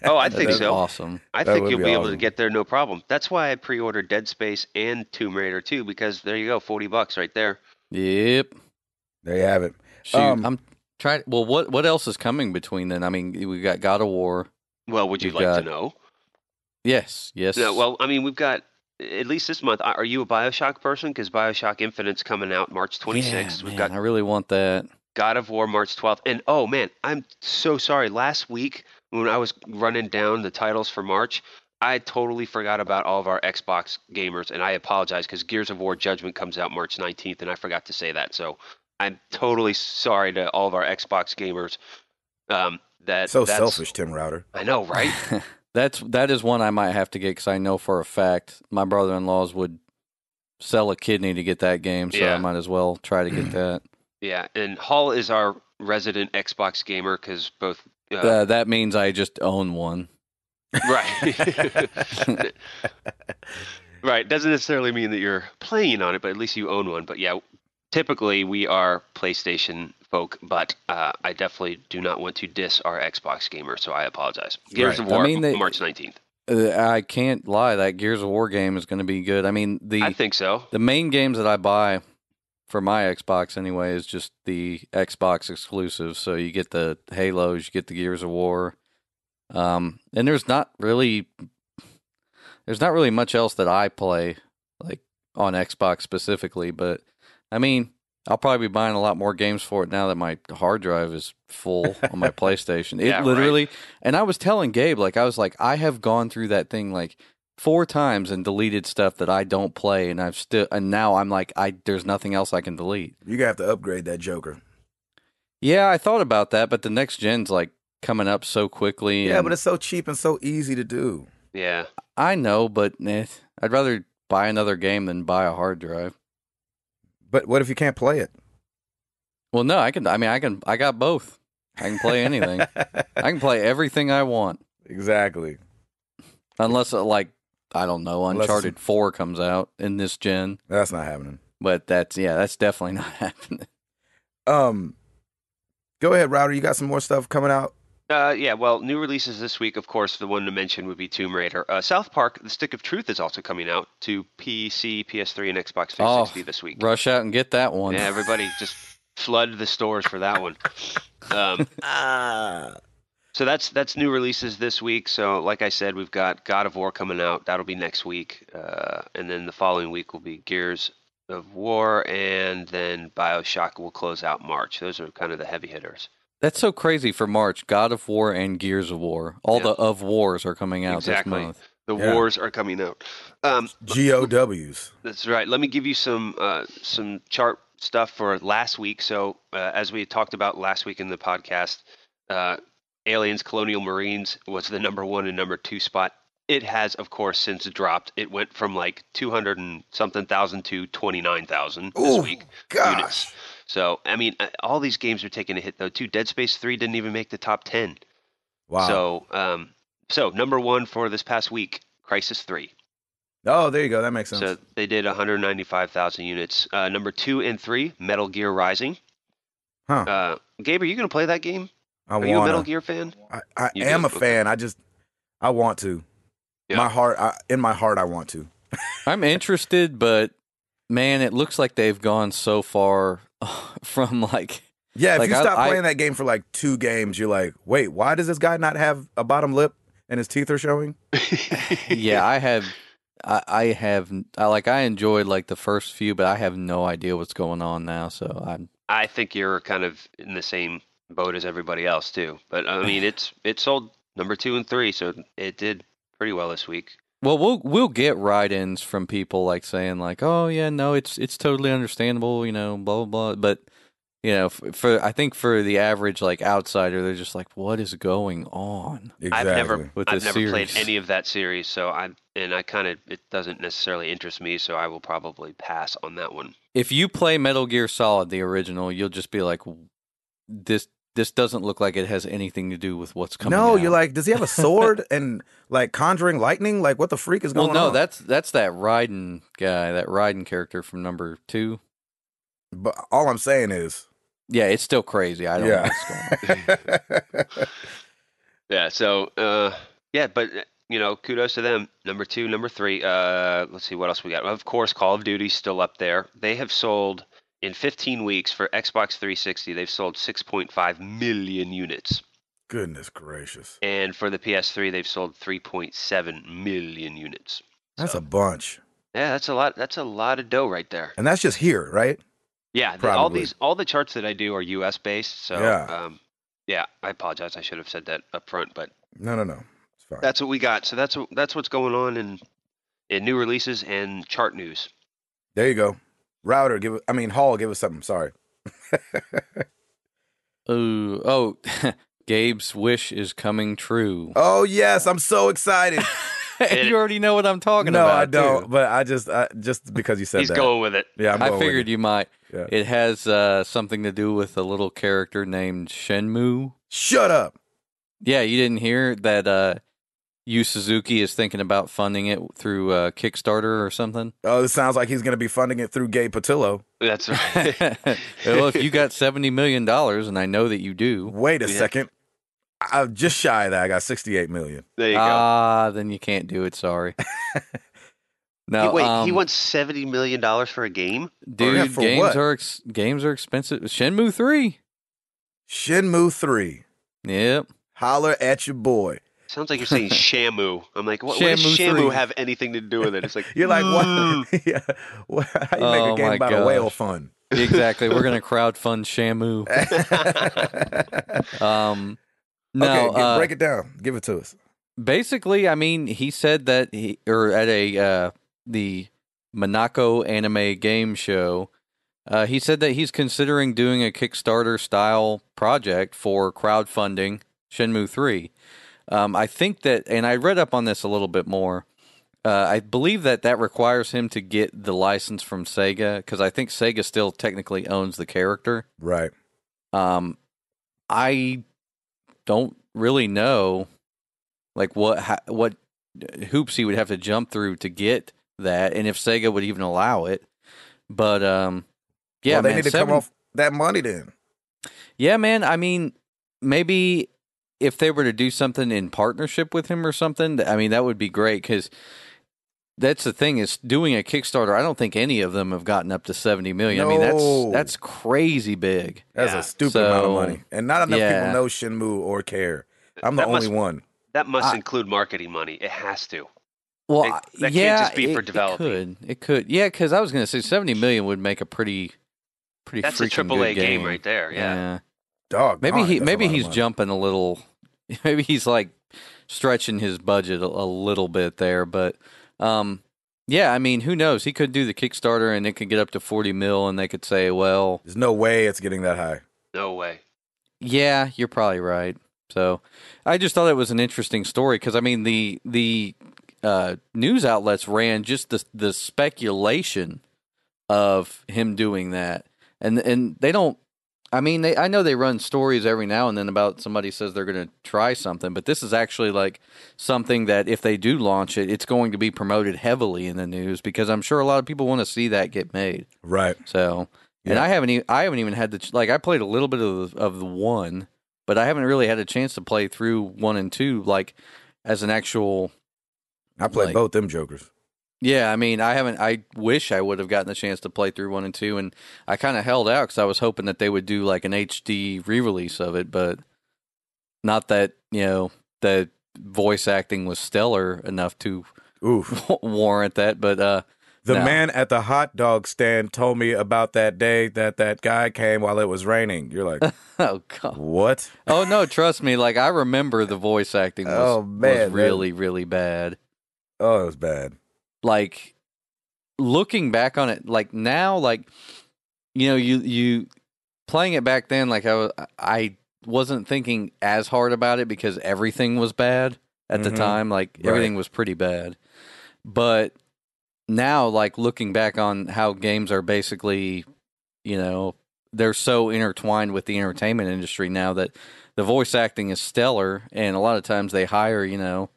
[SPEAKER 3] Oh, I think
[SPEAKER 2] That's
[SPEAKER 3] so.
[SPEAKER 2] awesome.
[SPEAKER 3] I
[SPEAKER 1] That
[SPEAKER 3] think
[SPEAKER 1] would
[SPEAKER 3] you'll
[SPEAKER 1] be
[SPEAKER 3] be able to
[SPEAKER 1] awesome.
[SPEAKER 3] get there no problem. That's why I pre-ordered Dead Space and Tomb Raider 2 because there you go, 40 bucks right there.
[SPEAKER 2] Yep.
[SPEAKER 1] There you have it.
[SPEAKER 2] Shoot,
[SPEAKER 1] Um,
[SPEAKER 2] I'm trying. Well, what what else is coming between then? I mean, we got God of War.
[SPEAKER 3] Well, would you
[SPEAKER 2] You've
[SPEAKER 3] like
[SPEAKER 2] got-
[SPEAKER 3] to know?
[SPEAKER 2] Yes, yes.
[SPEAKER 3] No, well, I mean, we've got at least this month. Are you a BioShock person? Because BioShock Infinite's coming out March 26th.
[SPEAKER 2] Yeah,
[SPEAKER 3] we've
[SPEAKER 2] man,
[SPEAKER 3] got
[SPEAKER 2] I really want that.
[SPEAKER 3] God of War March 12th. And oh man, I'm so sorry. Last week when I was running down the titles for March, I totally forgot about all of our Xbox gamers, and I apologize because Gears of War Judgment comes out March 19th, and I forgot to say that. So I'm totally sorry to all of our Xbox gamers. Um, that
[SPEAKER 1] So
[SPEAKER 3] that's-
[SPEAKER 1] selfish, Tim Router.
[SPEAKER 3] I know, right?
[SPEAKER 2] That's that is one I might have to get because I know for a fact my brother in laws would sell a kidney to get that game, so
[SPEAKER 3] Yeah.
[SPEAKER 2] I might as well try to get that.
[SPEAKER 3] Yeah, and Hall is our resident Xbox gamer because both. Uh,
[SPEAKER 2] Uh, that means I just own one.
[SPEAKER 3] right. right. Doesn't necessarily mean that you're playing on it, but at least you own one. But yeah, typically we are PlayStation folk, but uh, I definitely do not want to diss our Xbox gamer, so I apologize. Gears
[SPEAKER 1] Right.
[SPEAKER 3] of
[SPEAKER 2] I
[SPEAKER 3] War,
[SPEAKER 2] mean, they-
[SPEAKER 3] March 19th.
[SPEAKER 2] Uh, I can't lie. That Gears of War game is going to be good. I mean, the
[SPEAKER 3] I think so.
[SPEAKER 2] the main games that I buy for my Xbox anyway is just the Xbox exclusives. So you get the Halos, you get the Gears of War, um, and there's not really there's not really much else that I play like on Xbox specifically. But I mean, I'll probably be buying a lot more games for it now that my hard drive is full on my PlayStation. It
[SPEAKER 3] Yeah, right.
[SPEAKER 2] literally, and I was telling Gabe like I was like I have gone through that thing like four times and deleted stuff that I don't play, and I've still and now I'm like I there's nothing else I can delete.
[SPEAKER 1] You're gonna have to upgrade that Joker.
[SPEAKER 2] Yeah, I thought about that, but the next gen's like coming up so quickly.
[SPEAKER 1] Yeah,
[SPEAKER 2] and
[SPEAKER 1] but it's so cheap and so easy to do.
[SPEAKER 3] Yeah.
[SPEAKER 2] I know, but eh, I'd rather buy another game than buy a hard drive.
[SPEAKER 1] But what if you can't play it?
[SPEAKER 2] Well, no, I can. I mean, I can. I got both. I can play anything. I can play everything I want,
[SPEAKER 1] exactly.
[SPEAKER 2] unless uh, like I don't know,
[SPEAKER 1] Unless-
[SPEAKER 2] Uncharted Four comes out in this gen.
[SPEAKER 1] That's not happening.
[SPEAKER 2] But that's yeah, that's definitely not happening.
[SPEAKER 1] Um, go ahead, router. You got some more stuff coming out.
[SPEAKER 3] Uh, yeah, well, new releases this week, of course, the one to mention would be Tomb Raider. Uh, South Park, The Stick of Truth is also coming out to PC, PS3, and Xbox 360 this week.
[SPEAKER 2] Rush out and get that one.
[SPEAKER 3] Yeah, everybody just flood the stores for that one. Um,
[SPEAKER 1] Ah,
[SPEAKER 3] so that's that's new releases this week. So like I said, we've got God of War coming out. That'll be next week, uh, and then the following week will be Gears of War, and then Bioshock will close out March. Those are kind of the heavy hitters.
[SPEAKER 2] That's so crazy for March. God of War and Gears of War. All
[SPEAKER 3] Yeah.
[SPEAKER 2] the of wars are coming out
[SPEAKER 3] Exactly.
[SPEAKER 2] this month.
[SPEAKER 3] The
[SPEAKER 1] Yeah.
[SPEAKER 3] wars are coming out. Um,
[SPEAKER 1] G O W's.
[SPEAKER 3] That's right. Let me give you some uh, some chart stuff for last week. So, uh, as we talked about last week in the podcast, uh, Aliens Colonial Marines was the number one and number two spot. It has, of course, since dropped. It went from like two hundred and something thousand to twenty nine thousand this
[SPEAKER 1] Ooh,
[SPEAKER 3] week.
[SPEAKER 1] Gosh,
[SPEAKER 3] Units. So, I mean, uh, all these games are taking a hit though too. Dead Space three didn't even make the top ten.
[SPEAKER 1] wow.
[SPEAKER 3] So, um, so number one for this past week, Crisis three.
[SPEAKER 1] oh, there you go. That makes sense.
[SPEAKER 3] So they did 195,000 units. Uh, number two and three, Metal Gear Rising.
[SPEAKER 1] Huh.
[SPEAKER 3] Uh, Gabe, are you going to play that game?
[SPEAKER 1] I
[SPEAKER 3] Are
[SPEAKER 1] want.
[SPEAKER 3] you a Metal Gear fan?
[SPEAKER 1] I, I
[SPEAKER 3] You
[SPEAKER 1] am
[SPEAKER 3] do?
[SPEAKER 1] a fan. I just, I want to.
[SPEAKER 3] Yeah.
[SPEAKER 1] My heart, I, in my heart, I want to.
[SPEAKER 2] I'm interested, but man, it looks like they've gone so far from like
[SPEAKER 1] Yeah, if
[SPEAKER 2] Like,
[SPEAKER 1] you
[SPEAKER 2] I-
[SPEAKER 1] stop
[SPEAKER 2] I-
[SPEAKER 1] playing that game for like two games, you're like, wait, why does this guy not have a bottom lip and his teeth are showing?
[SPEAKER 2] yeah, I have I, I have I like I enjoyed like the first few, but I have no idea what's going on now, so I'm
[SPEAKER 3] I think you're kind of in the same boat as everybody else too. But I mean, it's it sold number two and three, so it did pretty well this week.
[SPEAKER 2] Well, we'll we'll get write-ins from people like saying like, "Oh yeah, no, it's it's totally understandable," you know, blah blah blah. But you know, for, for I think for the average like outsider, they're just like, "What is going on?"
[SPEAKER 1] Exactly.
[SPEAKER 3] I've never
[SPEAKER 2] With
[SPEAKER 3] I've
[SPEAKER 2] the
[SPEAKER 3] never played
[SPEAKER 2] series.
[SPEAKER 3] any of that series, so I and I kind of it doesn't necessarily interest me, so I will probably pass on that one.
[SPEAKER 2] If you play Metal Gear Solid the original, you'll just be like, "This this doesn't look like it has anything to do with what's coming."
[SPEAKER 1] no, you're
[SPEAKER 2] out.
[SPEAKER 1] like, does he have a sword and like conjuring lightning? Like, what the freak is going
[SPEAKER 2] well,
[SPEAKER 1] on?
[SPEAKER 2] no, that's that's that Raiden guy, that Raiden character from number two.
[SPEAKER 1] But all I'm saying is,
[SPEAKER 2] Yeah, it's still crazy. I don't know
[SPEAKER 1] yeah.
[SPEAKER 2] what's going on.
[SPEAKER 3] Yeah, so uh yeah, but uh, you know, kudos to them. Number 2, number 3. Uh let's see what else we got. Of course, Call of Duty's still up there. They have sold in 15 weeks for Xbox 360, they've sold 6.5 million units.
[SPEAKER 1] Goodness gracious,
[SPEAKER 3] And for the PS3, they've sold 3.7 million units.
[SPEAKER 1] that's
[SPEAKER 3] So,
[SPEAKER 1] a bunch,
[SPEAKER 3] Yeah, that's a lot that's a lot of dough right there.
[SPEAKER 1] and that's just here, right?
[SPEAKER 3] Yeah, the, all
[SPEAKER 1] Probably.
[SPEAKER 3] these all the charts that I do are US based, so
[SPEAKER 1] Yeah.
[SPEAKER 3] um yeah, I apologize. I should have said that up front, but
[SPEAKER 1] No, no, no. It's fine.
[SPEAKER 3] that's what we got. So that's what that's what's going on in in new releases and chart news.
[SPEAKER 1] there you go. Router, give. I mean, Hall, give us something. Sorry.
[SPEAKER 2] Ooh, oh, Gabe's wish is coming true.
[SPEAKER 1] Oh yes, I'm so excited.
[SPEAKER 3] It-
[SPEAKER 2] you already know what I'm talking
[SPEAKER 1] no,
[SPEAKER 2] about.
[SPEAKER 1] I don't.
[SPEAKER 2] too.
[SPEAKER 1] But I just I, just because you said
[SPEAKER 3] He's
[SPEAKER 1] that.
[SPEAKER 3] going with it.
[SPEAKER 1] yeah, I'm
[SPEAKER 2] I
[SPEAKER 1] going with
[SPEAKER 2] figured
[SPEAKER 1] it.
[SPEAKER 2] you might.
[SPEAKER 1] Yeah.
[SPEAKER 2] It has uh, something to do with a little character named Shenmue.
[SPEAKER 1] Shut up.
[SPEAKER 2] Yeah, you didn't hear that uh, Yu Suzuki is thinking about funding it through uh, Kickstarter or something?
[SPEAKER 1] Oh, this sounds like he's going to be funding it through Gay Patillo.
[SPEAKER 3] That's right.
[SPEAKER 2] well, if you got $70 million, and I know that you do,
[SPEAKER 1] Wait a
[SPEAKER 3] Yeah.
[SPEAKER 1] second. I- I'm just shy of that. I got 68 million.
[SPEAKER 3] there you go.
[SPEAKER 2] ah, then you can't do it. Sorry. No,
[SPEAKER 3] He- wait, he
[SPEAKER 2] um,
[SPEAKER 3] wants seventy million dollars for a game?
[SPEAKER 2] dude.
[SPEAKER 1] Yeah, for
[SPEAKER 2] games
[SPEAKER 1] what?
[SPEAKER 2] are ex- games are expensive. Shenmue three.
[SPEAKER 1] Shinmu 3.
[SPEAKER 2] Yep.
[SPEAKER 1] Holler at your boy.
[SPEAKER 3] Sounds like you're saying Shamu. I'm like, what, what does
[SPEAKER 2] Shamu
[SPEAKER 3] Shamu
[SPEAKER 2] three.
[SPEAKER 3] have anything to do with it? It's like
[SPEAKER 1] You're like,
[SPEAKER 3] mm.
[SPEAKER 1] what? yeah. What- How you make
[SPEAKER 2] Oh,
[SPEAKER 1] a game
[SPEAKER 2] my
[SPEAKER 1] about a whale
[SPEAKER 2] gosh.
[SPEAKER 1] fun?
[SPEAKER 2] Exactly. We're gonna crowdfund Shamu. Um, no,
[SPEAKER 1] okay, get-
[SPEAKER 2] uh,
[SPEAKER 1] break it down. Give it to us.
[SPEAKER 2] basically, I mean, he said that he or at a uh, the Monaco anime game show, uh, he said that he's considering doing a Kickstarter style project for crowdfunding Shenmue three. Um, I think that, and I read up on this a little bit more. Uh, I believe that that requires him to get the license from Sega because I think Sega still technically owns the character.
[SPEAKER 1] Right.
[SPEAKER 2] Um, I don't really know, like what ho- what uh, hoops he would have to jump through to get that, and if Sega would even allow it. But um, yeah,
[SPEAKER 1] well, they
[SPEAKER 2] man,
[SPEAKER 1] need to
[SPEAKER 2] seven-
[SPEAKER 1] come off that money then.
[SPEAKER 2] Yeah, man. I mean, maybe if they were to do something in partnership with him or something, th- I mean, that would be great because. That's the thing is doing a Kickstarter. I don't think any of them have gotten up to seventy million. I mean,
[SPEAKER 1] No.
[SPEAKER 2] that's that's crazy big.
[SPEAKER 1] That's
[SPEAKER 3] Yeah.
[SPEAKER 1] a stupid amount of
[SPEAKER 2] So,
[SPEAKER 1] money. And not enough
[SPEAKER 2] yeah.
[SPEAKER 1] people know Shinmu or care. I'm the
[SPEAKER 3] That
[SPEAKER 1] only
[SPEAKER 3] must-
[SPEAKER 1] one.
[SPEAKER 3] that must
[SPEAKER 2] I-
[SPEAKER 3] include marketing money. It has to.
[SPEAKER 2] Well, I-
[SPEAKER 3] That- that can't
[SPEAKER 2] yeah,
[SPEAKER 3] just be
[SPEAKER 2] it,
[SPEAKER 3] for
[SPEAKER 2] it could.
[SPEAKER 3] developing.
[SPEAKER 2] It could. Yeah, because I was going to say seventy million would make a pretty, pretty.
[SPEAKER 3] That's a
[SPEAKER 2] freaking
[SPEAKER 3] triple
[SPEAKER 2] good
[SPEAKER 3] A game. right there. Yeah.
[SPEAKER 1] Dog.
[SPEAKER 2] Maybe
[SPEAKER 1] darn,
[SPEAKER 2] he.
[SPEAKER 1] that's a
[SPEAKER 2] Maybe
[SPEAKER 1] lot of
[SPEAKER 2] he's
[SPEAKER 1] money.
[SPEAKER 2] jumping a little. Maybe he's like stretching his budget a, a little bit there, but um, yeah. I mean, who knows? He could do the Kickstarter and it could get up to forty mil, and they could say, "Well,
[SPEAKER 1] There's no way it's getting that high.
[SPEAKER 3] No way.
[SPEAKER 2] Yeah, you're probably right. So, I just thought it was an interesting story because I mean the the uh, news outlets ran just the the speculation of him doing that, and and they don't. I mean, they I know they run stories every now and then about somebody says they're going to try something, but this is actually like something that if they do launch it, it's going to be promoted heavily in the news because I'm sure a lot of people want to see that get made.
[SPEAKER 1] Right.
[SPEAKER 2] So, and
[SPEAKER 1] Yeah.
[SPEAKER 2] I haven't even I haven't even had the ch- like I played a little bit of the, of the one, but I haven't really had a chance to play through one and two like as an actual.
[SPEAKER 1] I played
[SPEAKER 2] Like-
[SPEAKER 1] both them jokers.
[SPEAKER 2] Yeah, I mean, I haven't. I wish I would have gotten the chance to play through one and two, and I kind of held out because I was hoping that they would do like an HD re-release of it, but not that you know the voice acting was stellar enough to
[SPEAKER 1] Oof.
[SPEAKER 2] warrant that. But uh,
[SPEAKER 1] The
[SPEAKER 2] No.
[SPEAKER 1] man at the hot dog stand told me about that day that that guy came while it was raining. You're like,
[SPEAKER 2] oh god,
[SPEAKER 1] what?
[SPEAKER 2] oh no, trust me. Like I remember the voice acting was,
[SPEAKER 1] Oh, man,
[SPEAKER 2] was
[SPEAKER 1] that-
[SPEAKER 2] really really bad.
[SPEAKER 1] Oh, it was bad.
[SPEAKER 2] Like looking back on it, like now, like you know, you you playing it back then, like I wa- I wasn't thinking as hard about it because everything was bad at the
[SPEAKER 1] Mhm.
[SPEAKER 2] time. Like
[SPEAKER 1] Right.
[SPEAKER 2] everything was pretty bad, but now, like looking back on how games are basically, you know, they're so intertwined with the entertainment industry now that the voice acting is stellar, and a lot of times they hire, you know,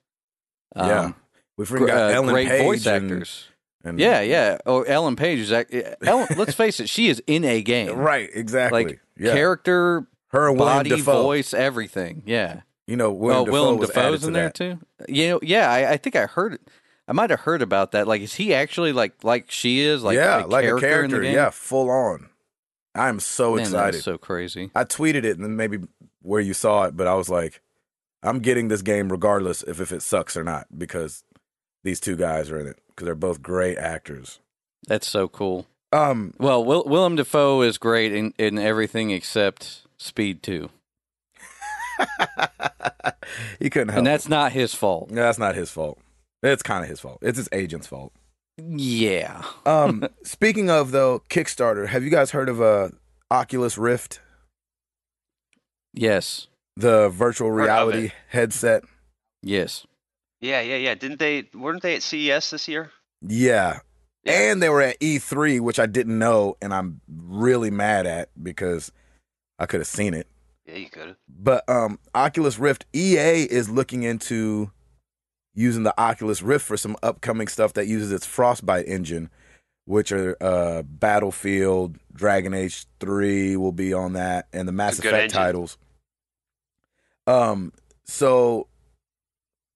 [SPEAKER 2] um,
[SPEAKER 1] yeah. We
[SPEAKER 2] gr-
[SPEAKER 1] freaking got
[SPEAKER 2] uh,
[SPEAKER 1] Ellen
[SPEAKER 2] great
[SPEAKER 1] Page
[SPEAKER 2] voice
[SPEAKER 1] and-
[SPEAKER 2] actors.
[SPEAKER 1] and-
[SPEAKER 2] Yeah, yeah. Oh, Ellen Page is. Act- eh, Ellen, let's face it, she is in a game.
[SPEAKER 1] Right, exactly.
[SPEAKER 2] Like,
[SPEAKER 1] yeah.
[SPEAKER 2] Character,
[SPEAKER 1] Her and William
[SPEAKER 2] body,
[SPEAKER 1] Defoe.
[SPEAKER 2] voice, everything. Yeah.
[SPEAKER 1] You know, William
[SPEAKER 2] oh,
[SPEAKER 1] Defoe
[SPEAKER 2] Willem
[SPEAKER 1] was added
[SPEAKER 2] Dafoe's
[SPEAKER 1] to
[SPEAKER 2] in there
[SPEAKER 1] that.
[SPEAKER 2] too. You know, yeah. I, I think I heard. I might have heard about that. Like, is he actually like like she is? Like,
[SPEAKER 1] yeah, like
[SPEAKER 2] character
[SPEAKER 1] a
[SPEAKER 2] In
[SPEAKER 1] character.
[SPEAKER 2] the game?
[SPEAKER 1] Yeah, full on. I'm so
[SPEAKER 2] Man, that
[SPEAKER 1] excited.
[SPEAKER 2] was so crazy.
[SPEAKER 1] I tweeted it and then maybe where you saw it, but I was like, I'm getting this game regardless if, if it sucks or not because these two guys are in it because they're both great actors.
[SPEAKER 2] That's so cool.
[SPEAKER 1] Um,
[SPEAKER 2] Well, Will, Willem Dafoe is great in, in everything except Speed Two,
[SPEAKER 1] he couldn't help.
[SPEAKER 2] and
[SPEAKER 1] it.
[SPEAKER 2] that's not his fault.
[SPEAKER 1] No, that's not his fault. It's kind of his fault. It's his agent's fault.
[SPEAKER 2] Yeah.
[SPEAKER 1] Um, speaking of though, Kickstarter. Have you guys heard of uh, Oculus Rift,
[SPEAKER 2] Yes.
[SPEAKER 1] the virtual
[SPEAKER 3] Heard of
[SPEAKER 1] reality headset?
[SPEAKER 2] Yes.
[SPEAKER 3] Yeah, yeah, yeah. Didn't they? Weren't they at CES this year?
[SPEAKER 1] Yeah. And they were at E3, which I didn't know, and I'm really mad at because I could have seen it.
[SPEAKER 3] Yeah, you could have.
[SPEAKER 1] But um Oculus Rift EA is looking into using the Oculus Rift for some upcoming stuff that uses its Frostbite engine, which are uh Battlefield, Dragon Age 3 will be on that and the Mass
[SPEAKER 3] It's a good
[SPEAKER 1] Effect
[SPEAKER 3] engine.
[SPEAKER 1] titles. Um so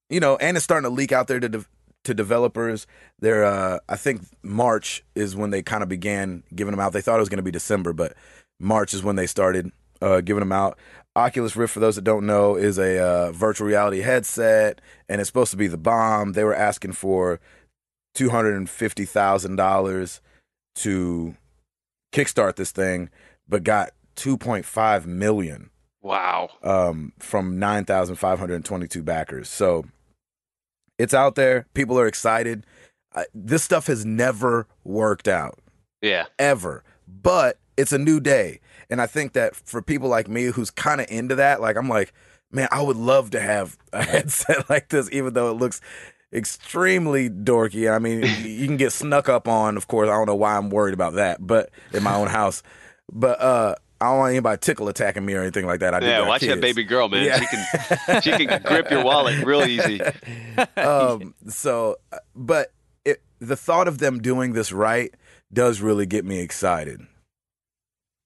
[SPEAKER 1] you know, and it's starting to leak out there to de- to developers. They're uh I think March is when they kind of began giving them out. They thought it was going to be December, but March is when they started uh, giving them out. Oculus Rift, for those that don't know, is a uh, virtual reality headset, and it's supposed to be the bomb. They were asking for two hundred and fifty thousand dollars to kickstart this thing, but got two point five million
[SPEAKER 3] Wow.
[SPEAKER 1] um, from 9,522 backers. So it's out there. People are excited. Uh, this stuff has never worked out,
[SPEAKER 3] Yeah.
[SPEAKER 1] ever, but it's a new day. And I think that for people like me who's kind of into that, like, I'm like, man, I would love to have a headset like this, even though it looks extremely dorky. I mean, you can get snuck up on, of course. I don't know why I'm worried about that, but in my own house. But uh, I don't want anybody tickle attacking me or anything like that. I do
[SPEAKER 3] yeah.
[SPEAKER 1] got
[SPEAKER 3] Watch
[SPEAKER 1] kids.
[SPEAKER 3] that baby girl, man.
[SPEAKER 1] Yeah.
[SPEAKER 3] She can she can grip your wallet real easy.
[SPEAKER 1] um, so, uh, but it, the thought of them doing this right does really get me excited.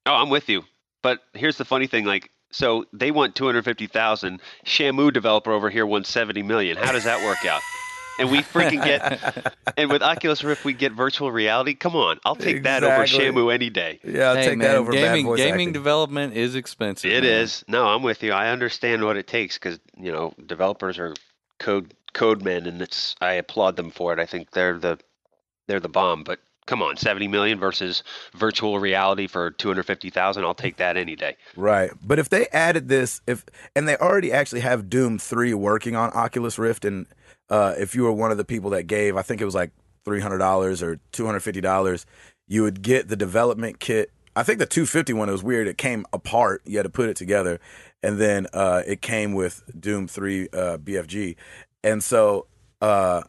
[SPEAKER 3] Oh, I'm with you. But here's the funny thing, like. So they want 250,000. Shamu developer over here wants 70 million. How does that work out? And we freaking get and with Oculus Rift we get virtual reality. Come on, I'll take
[SPEAKER 1] Exactly.
[SPEAKER 3] that over Shamu any day.
[SPEAKER 1] Yeah, I'll
[SPEAKER 2] Hey,
[SPEAKER 1] take that
[SPEAKER 2] man,
[SPEAKER 1] over
[SPEAKER 2] gaming.
[SPEAKER 1] bad voice
[SPEAKER 2] gaming
[SPEAKER 1] acting.
[SPEAKER 2] development is expensive.
[SPEAKER 1] Uh-huh.
[SPEAKER 3] It
[SPEAKER 2] man.
[SPEAKER 3] is. No, I'm with you. I understand what it takes because you know developers are code code men, and it's I applaud them for it. I think they're the they're the bomb. But come on, 70 million versus virtual reality for 250,000. I'll take that any day.
[SPEAKER 1] right? But if they added this, if and they already actually have Doom three working on Oculus Rift, and uh, if you were one of the people that gave, I think it was like three hundred dollars or two hundred fifty dollars, you would get the development kit. I think the 250 one it was weird. It came apart. You had to put it together, and then uh, it came with Doom 3 uh, BFG, and so uh,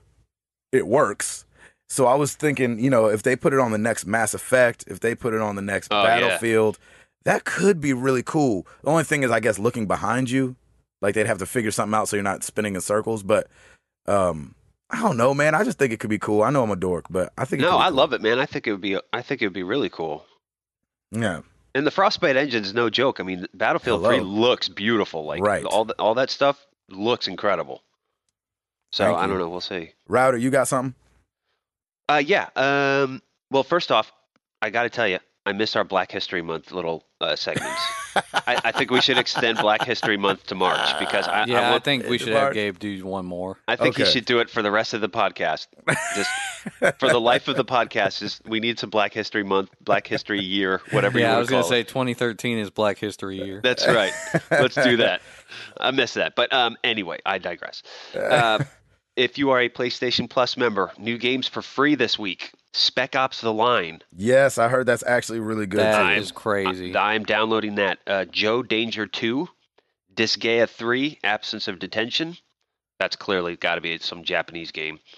[SPEAKER 1] it works. So I was thinking, you know, if they put it on the next Mass Effect, if they put it on the next
[SPEAKER 3] Oh, yeah.
[SPEAKER 1] Battlefield, that could be really cool. The only thing is, I guess, looking behind you, like they'd have to figure something out so you're not spinning in circles. But um, I don't know, man. I just think it could be cool. I know I'm a dork, but I think it
[SPEAKER 3] No, I love it, man. I think it would be I think it would be really cool.
[SPEAKER 1] Yeah,
[SPEAKER 3] And the Frostbite engine's no joke. I mean, Battlefield
[SPEAKER 1] Hello.
[SPEAKER 3] 3 looks beautiful. Like
[SPEAKER 1] Right.
[SPEAKER 3] all the, all that stuff looks incredible. So
[SPEAKER 1] Thank
[SPEAKER 3] I
[SPEAKER 1] you.
[SPEAKER 3] don't know. We'll see.
[SPEAKER 1] router, you got something?
[SPEAKER 3] Uh, yeah. Um, well, first off, I got to tell you, I miss our Black History Month little uh, segments. I, I think we should extend Black History Month to March because I, I,
[SPEAKER 2] Yeah, I
[SPEAKER 3] want,
[SPEAKER 2] think we
[SPEAKER 1] Uh,
[SPEAKER 2] should have
[SPEAKER 1] Mark-
[SPEAKER 2] Gabe do one more.
[SPEAKER 3] I think
[SPEAKER 1] okay.
[SPEAKER 3] he should do it for the rest of the podcast. Just for the life of the podcast, just we need some Black History Month, Black History Year, whatever
[SPEAKER 2] yeah,
[SPEAKER 3] you
[SPEAKER 2] I
[SPEAKER 3] want
[SPEAKER 2] was
[SPEAKER 3] to call
[SPEAKER 2] gonna
[SPEAKER 3] it.
[SPEAKER 2] say 2013 is Black History Year.
[SPEAKER 3] That's right. Let's do that. I miss that. But um, anyway, I digress. Uh, if you are a PlayStation Plus member, new games for free this week. Spec Ops: The Line.
[SPEAKER 1] Yes, I heard that's actually really good.
[SPEAKER 2] That
[SPEAKER 3] time.
[SPEAKER 2] is crazy.
[SPEAKER 3] I, am downloading that. Uh, Joe Danger 2, Disgaea 3, Absence of Detention. That's clearly got to be some Japanese game.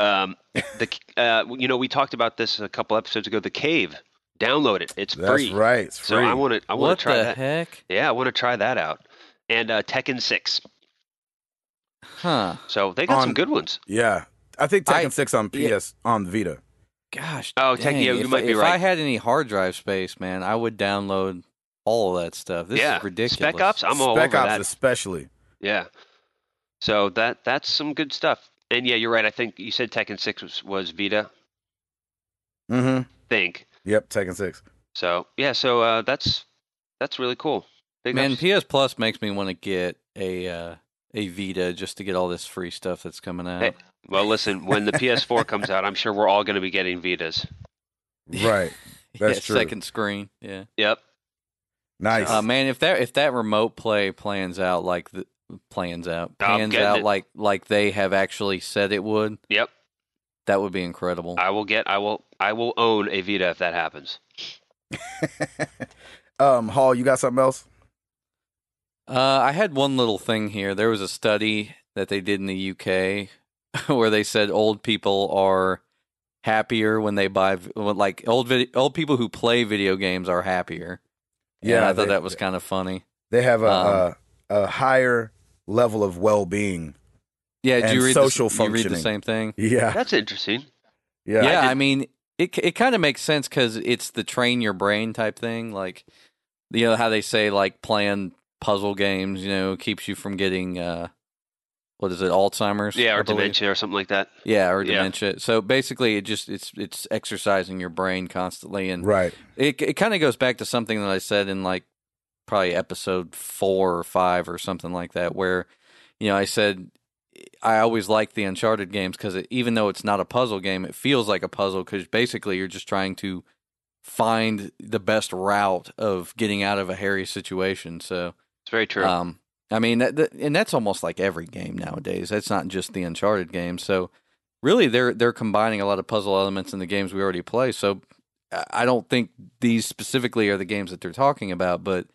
[SPEAKER 3] Um, the uh, you know we talked about this a couple episodes ago. The Cave. Download it. It's
[SPEAKER 1] too. that's
[SPEAKER 3] free.
[SPEAKER 1] right. It's
[SPEAKER 3] So
[SPEAKER 1] free.
[SPEAKER 3] I want to I want
[SPEAKER 2] what
[SPEAKER 3] to try
[SPEAKER 2] the
[SPEAKER 3] that.
[SPEAKER 2] heck?
[SPEAKER 3] Yeah, I want to try that out. And uh, Tekken 6.
[SPEAKER 2] Huh?
[SPEAKER 3] So they got
[SPEAKER 1] On-
[SPEAKER 3] some good ones.
[SPEAKER 1] yeah, I think Tekken
[SPEAKER 2] I-
[SPEAKER 1] Six on PS
[SPEAKER 2] yeah.
[SPEAKER 1] on Vita.
[SPEAKER 2] Gosh.
[SPEAKER 3] Oh,
[SPEAKER 2] dang,
[SPEAKER 3] Tekio, you
[SPEAKER 2] if,
[SPEAKER 3] might be
[SPEAKER 2] if
[SPEAKER 3] right.
[SPEAKER 2] I had any hard drive space, man, I would download all of that stuff. This
[SPEAKER 3] yeah.
[SPEAKER 2] is ridiculous.
[SPEAKER 3] Spec Ops. I'm all
[SPEAKER 1] Spec
[SPEAKER 3] over
[SPEAKER 1] Ops
[SPEAKER 3] that.
[SPEAKER 1] especially.
[SPEAKER 3] Yeah. So that that's some good stuff. And yeah, you're right. I think you said Tekken 6 was, was Vita.
[SPEAKER 1] Mm-hmm.
[SPEAKER 3] Think.
[SPEAKER 1] Yep, Tekken Six.
[SPEAKER 3] So yeah, so uh, that's that's really cool. Big
[SPEAKER 2] Man,
[SPEAKER 3] ups.
[SPEAKER 2] PS Plus makes me want to get a uh, a Vita just to get all this free stuff that's coming out.
[SPEAKER 3] Hey. well, listen, when the PS4 comes out, I'm sure we're all going to be getting Vitas.
[SPEAKER 1] Right. That's
[SPEAKER 2] yeah,
[SPEAKER 1] true.
[SPEAKER 2] Second screen. Yeah.
[SPEAKER 3] Yep.
[SPEAKER 1] Nice.
[SPEAKER 2] Uh, man, if that if that remote play plans out like the plans out
[SPEAKER 3] I'm
[SPEAKER 2] plans
[SPEAKER 3] getting
[SPEAKER 2] out
[SPEAKER 3] it.
[SPEAKER 2] like like they have actually said it would,
[SPEAKER 3] Yep.
[SPEAKER 2] that would be incredible.
[SPEAKER 3] I will get. I will. I will own a Vita if that happens.
[SPEAKER 1] um, Hall, you got something else?
[SPEAKER 2] Uh, I had one little thing here. There was a study that they did in the UK, where they said old people are happier when they buy vi- when, like old vid- old people who play video games are happier. Yeah, I thought
[SPEAKER 1] they-
[SPEAKER 2] that was kind of funny.
[SPEAKER 1] They have a,
[SPEAKER 2] Um,
[SPEAKER 1] a a higher level of well being.
[SPEAKER 2] Yeah, do
[SPEAKER 1] and
[SPEAKER 2] you read
[SPEAKER 1] social
[SPEAKER 2] the, s- you read the
[SPEAKER 1] functioning.
[SPEAKER 2] same thing?
[SPEAKER 1] Yeah,
[SPEAKER 3] That's interesting.
[SPEAKER 1] yeah,
[SPEAKER 2] yeah,
[SPEAKER 3] did-
[SPEAKER 2] I, mean, it it kind of makes sense because it's the train your brain type thing. Like, you know how they say like playing puzzle games, you know, keeps you from getting uh, what is it, Alzheimer's?
[SPEAKER 3] Yeah,
[SPEAKER 2] I
[SPEAKER 3] or
[SPEAKER 2] believe.
[SPEAKER 3] dementia or something like that.
[SPEAKER 2] Yeah, or
[SPEAKER 3] Yeah.
[SPEAKER 2] dementia. So basically, it just it's it's exercising your brain constantly, and
[SPEAKER 1] right.
[SPEAKER 2] it it kind of goes back to something that I said in like probably episode four or five or something like that, where you know I said I always like the Uncharted games because even though it's not a puzzle game, it feels like a puzzle because basically you're just trying to find the best route of getting out of a hairy situation. So,
[SPEAKER 3] It's very true.
[SPEAKER 2] um, I mean, that, that, and that's almost like every game nowadays. That's not just the Uncharted game. So, really, they're they're combining a lot of puzzle elements in the games we already play. So, I I don't think these specifically are the games that they're talking about, but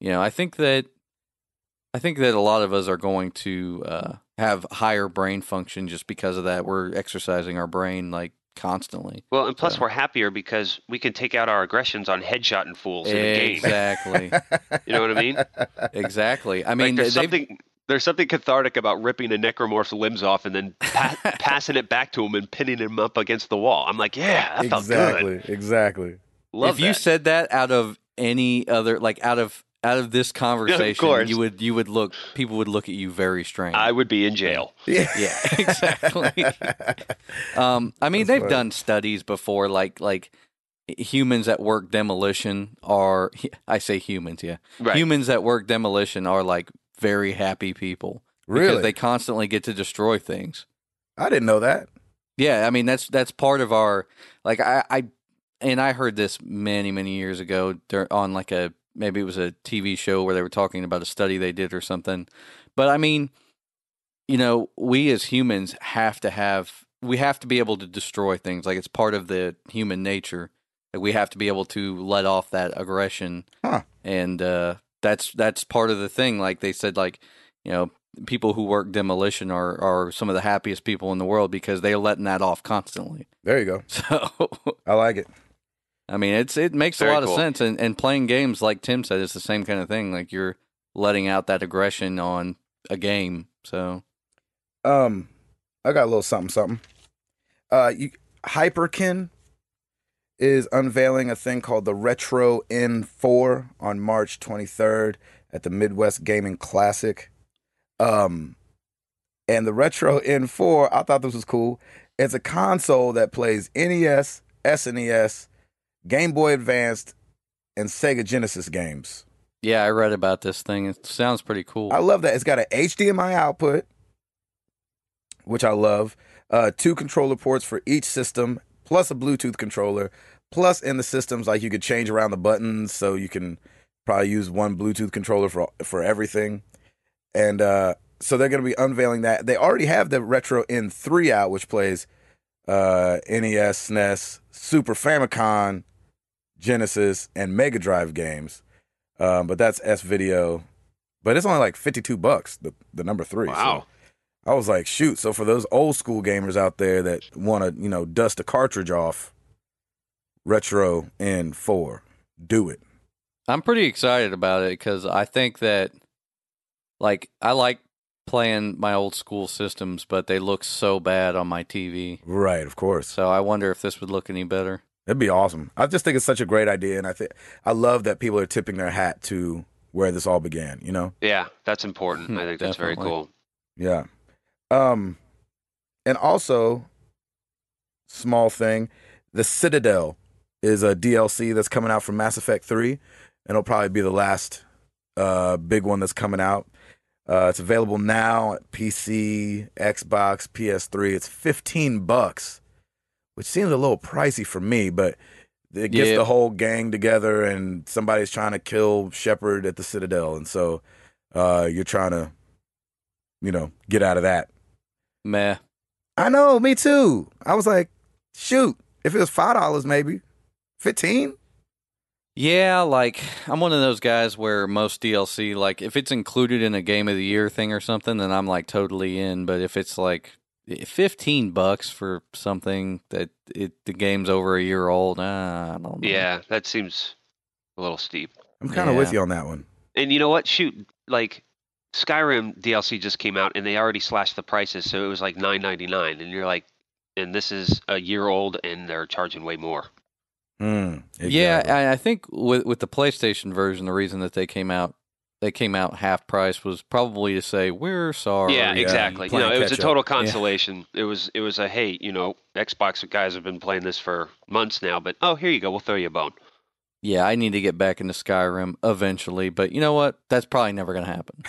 [SPEAKER 2] you know, I think that I think that a lot of us are going to uh, have higher brain function just because of that. We're exercising our brain like constantly.
[SPEAKER 3] well, and plus
[SPEAKER 2] so-
[SPEAKER 3] we're happier because we can take out our aggressions on headshot and fools in the game.
[SPEAKER 2] Exactly,
[SPEAKER 3] You know what I mean?
[SPEAKER 2] exactly. I mean,
[SPEAKER 3] like there's
[SPEAKER 2] they- they've-
[SPEAKER 3] something there's something cathartic about ripping a necromorph's limbs off and then pa- passing it back to him and pinning him up against the wall. I'm like, yeah, that felt good.
[SPEAKER 1] exactly, exactly.
[SPEAKER 3] Love
[SPEAKER 2] if you
[SPEAKER 3] that.
[SPEAKER 2] said that out of any other like out of out of this conversation
[SPEAKER 3] course.
[SPEAKER 2] you would you would look people would look at you very strange
[SPEAKER 3] I would be in jail.
[SPEAKER 1] Yeah,
[SPEAKER 2] yeah exactly um i mean
[SPEAKER 1] That's
[SPEAKER 2] they've
[SPEAKER 1] right.
[SPEAKER 2] done studies before like like humans that work demolition are i say humans yeah
[SPEAKER 3] Right.
[SPEAKER 2] humans that work demolition are like very happy people
[SPEAKER 1] really,
[SPEAKER 2] because they constantly get to destroy things
[SPEAKER 1] I didn't know that.
[SPEAKER 2] yeah, I mean that's that's part of our like I, I and I heard this many many years ago dur- on like a maybe it was a TV show where they were talking about a study they did or something. But I mean, you know, we as humans have to have we have to be able to destroy things. Like it's part of the human nature that we have to be able to let off that aggression.
[SPEAKER 1] Huh.
[SPEAKER 2] And uh that's that's part of the thing like they said like, you know, people who work demolition are are some of the happiest people in the world because they're letting that off constantly.
[SPEAKER 1] There you go.
[SPEAKER 2] So
[SPEAKER 1] I like it.
[SPEAKER 2] I mean, it's it makes
[SPEAKER 3] Very
[SPEAKER 2] a lot
[SPEAKER 3] cool.
[SPEAKER 2] of sense. And and playing games, like Tim said, it's the same kind of thing. Like you're letting out that aggression on a game. So
[SPEAKER 1] Um, I got a little something, something. Uh, you, Hyperkin is unveiling a thing called the Retro N4 on March 23rd at the Midwest Gaming Classic. Um, and the Retro N4, I thought this was cool. It's a console that plays E NES, SNES, E Game Boy Advanced, and Sega Genesis games.
[SPEAKER 2] yeah, I read about this thing. It sounds pretty cool.
[SPEAKER 1] I love that. It's got an HDMI output, which I love. Uh, two controller ports for each system, plus a Bluetooth controller. Plus, in the systems, like you could change around the buttons, so you can probably use one Bluetooth controller for for everything. And uh, so they're going to be unveiling that. They already have the Retro N3 out, which plays uh, NES, SNES, Super Famicom, Genesis, and Mega Drive games. Um, but that's S Video. But it's only like fifty two bucks, the the number three.
[SPEAKER 3] Wow.
[SPEAKER 1] So I was like, shoot. So for those old school gamers out there that want to, you know, dust a cartridge off, Retro N4, do it.
[SPEAKER 2] I'm pretty excited about it because I think that, like, I like playing my old school systems, but they look so bad on my TV.
[SPEAKER 1] Right, of course.
[SPEAKER 2] So I wonder if this would look any better.
[SPEAKER 1] That'd be awesome. I just think it's such a great idea, and I think I love that people are tipping their hat to where this all began. You know.
[SPEAKER 3] Yeah, that's important.
[SPEAKER 1] Hmm,
[SPEAKER 3] I think that's very
[SPEAKER 2] Definitely.
[SPEAKER 3] cool.
[SPEAKER 1] Yeah. Um and also small thing, the Citadel is a DLC that's coming out for Mass Effect 3 and it'll probably be the last uh big one that's coming out. Uh it's available now at PC, Xbox, PS3. It's 15 bucks, which seems a little pricey for me, but it gets
[SPEAKER 2] Yeah.
[SPEAKER 1] the whole gang together and somebody's trying to kill Shepard at the Citadel and so uh you're trying to you know, get out of that.
[SPEAKER 2] Meh.
[SPEAKER 1] I know, me too. I was like, shoot, if it was five dollars, maybe fifteen.
[SPEAKER 2] Yeah, like I'm one of those guys where most DLC, like if it's included in a game of the year thing or something, then I'm like totally in. But if it's like 15 bucks for something that it the game's over a year old, nah, I don't
[SPEAKER 1] Hmm.
[SPEAKER 2] know.
[SPEAKER 3] Yeah, that seems a little steep.
[SPEAKER 1] I'm kind of
[SPEAKER 2] Yeah.
[SPEAKER 1] with you on that one.
[SPEAKER 3] And you know what? Shoot, like Skyrim DLC just came out and they already slashed the prices, so it was like nine ninety nine, and you're like, and this is a year old, and they're charging way more.
[SPEAKER 1] Mm,
[SPEAKER 2] Yeah,
[SPEAKER 1] exactly.
[SPEAKER 2] I, I think with with the PlayStation version, the reason that they came out they came out half price was probably to say we're sorry.
[SPEAKER 3] yeah,
[SPEAKER 1] yeah,
[SPEAKER 3] exactly. You
[SPEAKER 1] playing
[SPEAKER 3] know, it was a
[SPEAKER 1] catch up.
[SPEAKER 3] total consolation. It was, it was a hey, you know, Xbox guys have been playing this for months now, but oh, here you go, we'll throw you a bone.
[SPEAKER 2] Yeah, I need to get back into Skyrim eventually, but you know what? That's probably never going to happen.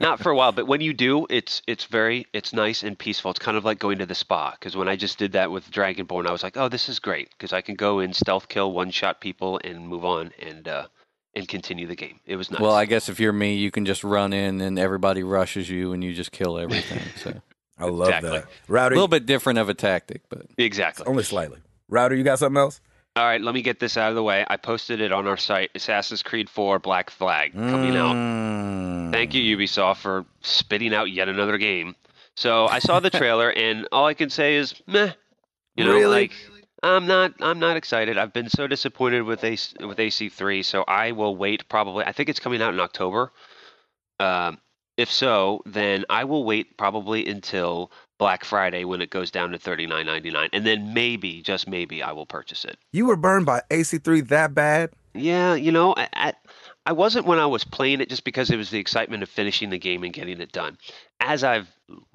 [SPEAKER 3] Not for a while, but when you do, it's it's very it's nice and peaceful. It's kind of like going to the spa because when I just did that with Dragonborn, I was like, oh, this is great because I can go in stealth kill, one shot people, and move on and uh, and continue the game. It was nice.
[SPEAKER 2] Well, I guess if you're me, you can just run in and everybody rushes you and you just kill everything. So
[SPEAKER 1] I, love
[SPEAKER 3] Exactly.
[SPEAKER 1] that.
[SPEAKER 2] a
[SPEAKER 1] Rowdy,
[SPEAKER 2] little bit different of a tactic, but
[SPEAKER 3] exactly.
[SPEAKER 1] only slightly. Rowdy, you got something else?
[SPEAKER 3] All right, let me get this out of the way. I posted it on our site, Assassin's Creed 4 Black Flag coming out.
[SPEAKER 2] Hmm.
[SPEAKER 1] Mm.
[SPEAKER 3] Thank you, Ubisoft, for spitting out yet another game. So I saw the trailer, and all I can say is meh. You know,
[SPEAKER 1] Really?
[SPEAKER 3] like I'm not, I'm not excited. I've been so disappointed with AC, with AC3, so I will wait. Probably, I think it's coming out in October. Um, if so, then I will wait probably until Black Friday when it goes down to thirty nine ninety nine, and then maybe, just maybe, I will purchase it.
[SPEAKER 1] You were burned by AC3 that bad?
[SPEAKER 3] Yeah, you know, I, I I wasn't when I was playing it just because it was the excitement of finishing the game and getting it done. As I've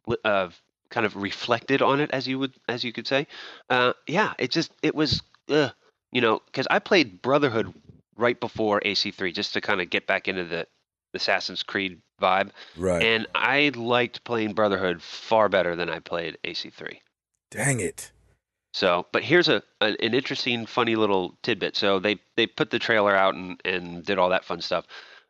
[SPEAKER 3] l- uh, kind of reflected on it, as you would as you could say, uh, yeah, it just it was, uh, you know, because I played Brotherhood right before AC3 just to kind of get back into the Assassin's Creed vibe,
[SPEAKER 1] Right.
[SPEAKER 3] and I liked playing Brotherhood far better than I played AC3.
[SPEAKER 1] Dang it.
[SPEAKER 3] So, but here's a an, an interesting, funny little tidbit. So they they put the trailer out and and did all that fun stuff.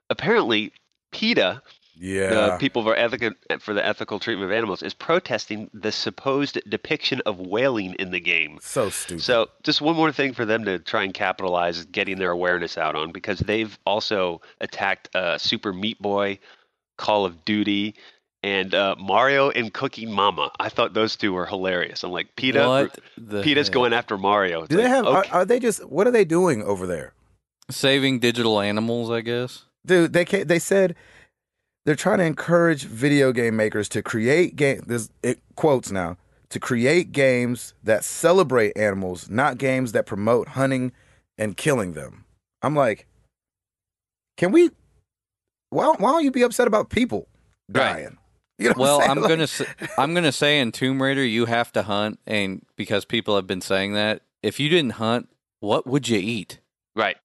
[SPEAKER 3] Apparently, PETA,
[SPEAKER 1] Yeah.
[SPEAKER 3] the people for ethical for the ethical treatment of animals, is protesting the supposed depiction of whaling in the game.
[SPEAKER 1] so stupid.
[SPEAKER 3] So, just one more thing for them to try and capitalize getting their awareness out on because they've also attacked uh, Super Meat Boy, Call of Duty, and uh, Mario and Cooking Mama. I thought those two were hilarious. I'm like, PETA,
[SPEAKER 2] what the
[SPEAKER 3] PETA's
[SPEAKER 2] heck?
[SPEAKER 3] going after Mario. It's
[SPEAKER 1] Do they
[SPEAKER 3] like,
[SPEAKER 1] have,
[SPEAKER 3] okay.
[SPEAKER 1] are, are they just, what are they doing over there?
[SPEAKER 2] saving digital animals, I guess.
[SPEAKER 1] Dude, they ca they said they're trying to encourage video game makers to create game. This it quotes now to create games that celebrate animals, not games that promote hunting and killing them. I'm like, can we? Why why don't you be upset about people
[SPEAKER 3] Right.
[SPEAKER 1] dying? You know. what
[SPEAKER 2] Well,
[SPEAKER 1] saying?
[SPEAKER 2] I'm
[SPEAKER 1] Like,
[SPEAKER 2] gonna say, I'm gonna say in Tomb Raider you have to hunt, and because people have been saying that, if you didn't hunt, what would you eat?
[SPEAKER 3] right.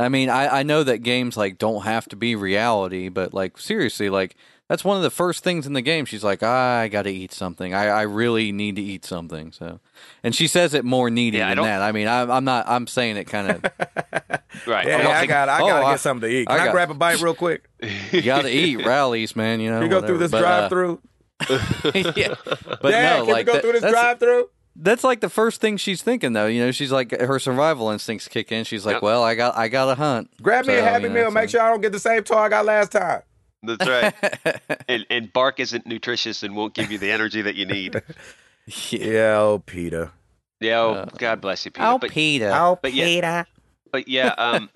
[SPEAKER 2] I mean, I, I know that games like don't have to be reality, but like seriously, like that's one of the first things in the game. She's like, I got to eat something. I, I really need to eat something. So, and she says it more needy
[SPEAKER 3] Yeah, I
[SPEAKER 2] than
[SPEAKER 3] don't-
[SPEAKER 2] that. I mean, I'm, I'm not. I'm saying it kind of.
[SPEAKER 3] Right.
[SPEAKER 1] Yeah,
[SPEAKER 3] I
[SPEAKER 1] I,
[SPEAKER 3] don't think-
[SPEAKER 1] got I
[SPEAKER 2] oh,
[SPEAKER 1] gotta
[SPEAKER 2] I-
[SPEAKER 1] get something to eat.
[SPEAKER 2] I
[SPEAKER 1] Can I,
[SPEAKER 2] got-
[SPEAKER 1] grab a bite real quick?
[SPEAKER 2] you got to eat rallies, man. You know,
[SPEAKER 1] Can you go through this drive-through?
[SPEAKER 2] through. yeah, uh, but
[SPEAKER 1] Dad,
[SPEAKER 2] no,
[SPEAKER 1] can
[SPEAKER 2] like
[SPEAKER 1] we go
[SPEAKER 2] that-
[SPEAKER 1] through this
[SPEAKER 2] that's-
[SPEAKER 1] drive-through?
[SPEAKER 2] that's like the first thing she's thinking though. You know, she's like her survival instincts kick in. She's like,
[SPEAKER 3] Yep.
[SPEAKER 2] well, I got I got to hunt.
[SPEAKER 1] Grab me a
[SPEAKER 2] So,
[SPEAKER 1] Happy
[SPEAKER 2] you know,
[SPEAKER 1] Meal.
[SPEAKER 2] it's
[SPEAKER 1] Make
[SPEAKER 2] like-
[SPEAKER 1] sure I don't get the same toy I got last time.
[SPEAKER 3] That's right. And, and bark isn't nutritious and won't give you the energy that you need.
[SPEAKER 2] yeah.
[SPEAKER 1] Yeah, oh, Peter.
[SPEAKER 3] Yeah. Oh,
[SPEAKER 2] Uh,
[SPEAKER 3] God bless you, Peter.
[SPEAKER 2] Oh,
[SPEAKER 3] but,
[SPEAKER 2] Peter.
[SPEAKER 1] Oh,
[SPEAKER 3] But yeah- but yeah, um,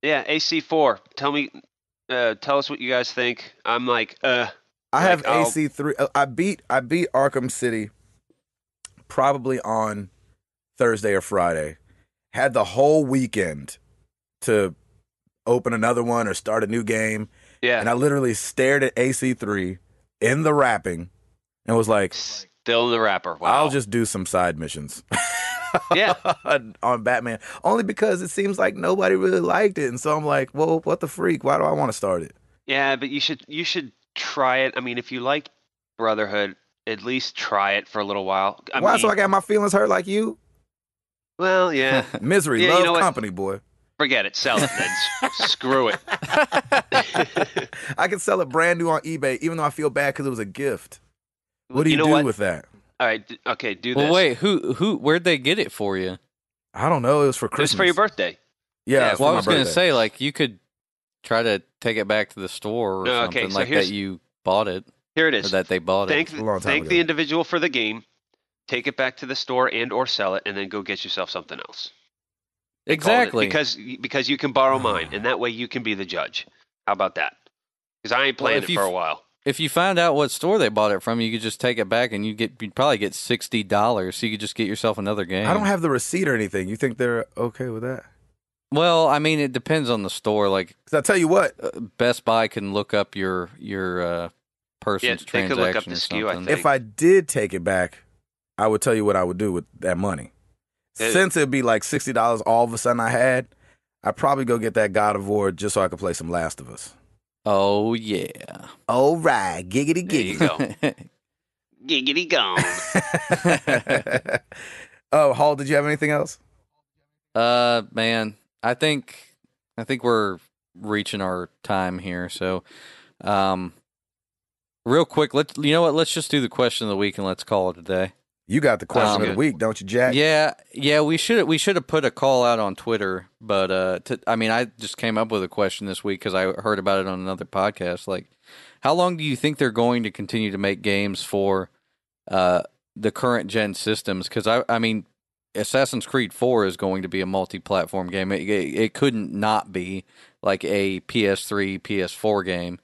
[SPEAKER 3] yeah. AC4. Tell me, uh, tell us what you guys think. I'm like, uh,
[SPEAKER 1] I have
[SPEAKER 3] Like, I'll-
[SPEAKER 1] AC three. uh, I beat I beat Arkham City probably on Thursday or Friday. Had the whole weekend to open another one or start a new game,
[SPEAKER 3] yeah.
[SPEAKER 1] and I literally stared at AC three in the wrapping and was like,
[SPEAKER 3] still in the wrapper. Wow.
[SPEAKER 1] "I'll just do some side missions."
[SPEAKER 3] yeah.
[SPEAKER 1] on Batman, only because it seems like nobody really liked it, and so I'm like, "Well, what the freak? Why do I want to start it?"
[SPEAKER 3] Yeah, but you should you should try it. I mean, if you like Brotherhood, at least try it for a little while. I
[SPEAKER 1] Why?
[SPEAKER 3] mean,
[SPEAKER 1] so I got my feelings hurt like you?
[SPEAKER 3] well, yeah.
[SPEAKER 1] Misery,
[SPEAKER 3] Yeah, you
[SPEAKER 1] love
[SPEAKER 3] know what?
[SPEAKER 1] company, boy.
[SPEAKER 3] Forget it. Sell it then. S- Screw it.
[SPEAKER 1] I can sell it brand new on eBay, even though I feel bad because it was a gift. What do you,
[SPEAKER 3] know
[SPEAKER 1] do
[SPEAKER 3] what?
[SPEAKER 1] with that?
[SPEAKER 3] All right. d- Okay. Do this.
[SPEAKER 2] Well, wait, who who where'd they get it for you?
[SPEAKER 1] I don't know. It was for
[SPEAKER 3] It was
[SPEAKER 1] Christmas.
[SPEAKER 3] for your birthday.
[SPEAKER 1] Yeah.
[SPEAKER 3] Yeah,
[SPEAKER 1] it was
[SPEAKER 2] Well,
[SPEAKER 1] for
[SPEAKER 2] I
[SPEAKER 1] my
[SPEAKER 2] was going to
[SPEAKER 1] birthday.
[SPEAKER 2] say, like, you could try to take it back to the store or
[SPEAKER 3] No, okay,
[SPEAKER 2] something
[SPEAKER 3] so
[SPEAKER 2] like
[SPEAKER 3] here's-
[SPEAKER 2] that. You bought it
[SPEAKER 3] Here it
[SPEAKER 2] or
[SPEAKER 3] is.
[SPEAKER 2] that they bought
[SPEAKER 3] Thank,
[SPEAKER 1] A long time
[SPEAKER 3] thank
[SPEAKER 1] ago.
[SPEAKER 3] the individual for the game. Take it back to the store and or sell it, and then go get yourself something else.
[SPEAKER 2] it.
[SPEAKER 3] Called it,
[SPEAKER 2] Exactly.
[SPEAKER 3] because because you can
[SPEAKER 1] Ah.
[SPEAKER 3] borrow mine, and that way you can be the judge. How about that? Because I ain't
[SPEAKER 2] Well,
[SPEAKER 3] playing
[SPEAKER 2] if
[SPEAKER 3] it
[SPEAKER 2] you
[SPEAKER 3] for a
[SPEAKER 2] f-
[SPEAKER 3] while.
[SPEAKER 2] if you find out what store they bought it from, you could just take it back and you get you'd probably get sixty dollars. So you could just get yourself another game.
[SPEAKER 1] I don't have the receipt or anything. You think they're okay with that?
[SPEAKER 2] Well, I mean, it depends on the store. Like
[SPEAKER 1] Because I tell you what,
[SPEAKER 2] uh, Best Buy can look up your your uh, person's
[SPEAKER 3] they could
[SPEAKER 2] transaction
[SPEAKER 3] look up the
[SPEAKER 2] or
[SPEAKER 3] SKU, I
[SPEAKER 2] something.
[SPEAKER 3] think.
[SPEAKER 1] if I did take it back, I would tell you what I would do with that money.
[SPEAKER 3] Yeah.
[SPEAKER 1] Since it'd be like sixty dollars all of a sudden I had, I'd probably go get that God of War just so I could play some Last of Us.
[SPEAKER 2] oh yeah,
[SPEAKER 1] All right, giggity
[SPEAKER 3] There you go. Giggity gone.
[SPEAKER 1] gig. oh, Hall, did you have anything else?
[SPEAKER 2] uh, man, I think I think we're reaching our time here. So, um, real quick, let you know what? Let's just do the question of the week and let's call it a day.
[SPEAKER 1] You got the question
[SPEAKER 2] Um,
[SPEAKER 1] of the week, don't you, Jack?
[SPEAKER 2] Yeah, yeah, we should we should have put a call out on Twitter, but uh, to, I mean, I just came up with a question this week because I heard about it on another podcast. Like, how long do you think they're going to continue to make games for uh, the current gen systems? Because I, I mean, Assassin's Creed Four is going to be a multi-platform game. It, it, it couldn't not be like a PS3, PS4 game.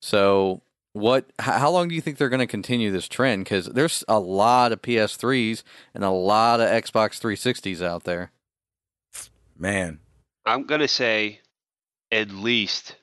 [SPEAKER 2] So what? h- How long do you think they're going to continue this trend? Because there's a lot of PS3s and a lot of Xbox 360s out there.
[SPEAKER 1] Man,
[SPEAKER 3] I'm gonna say, at least,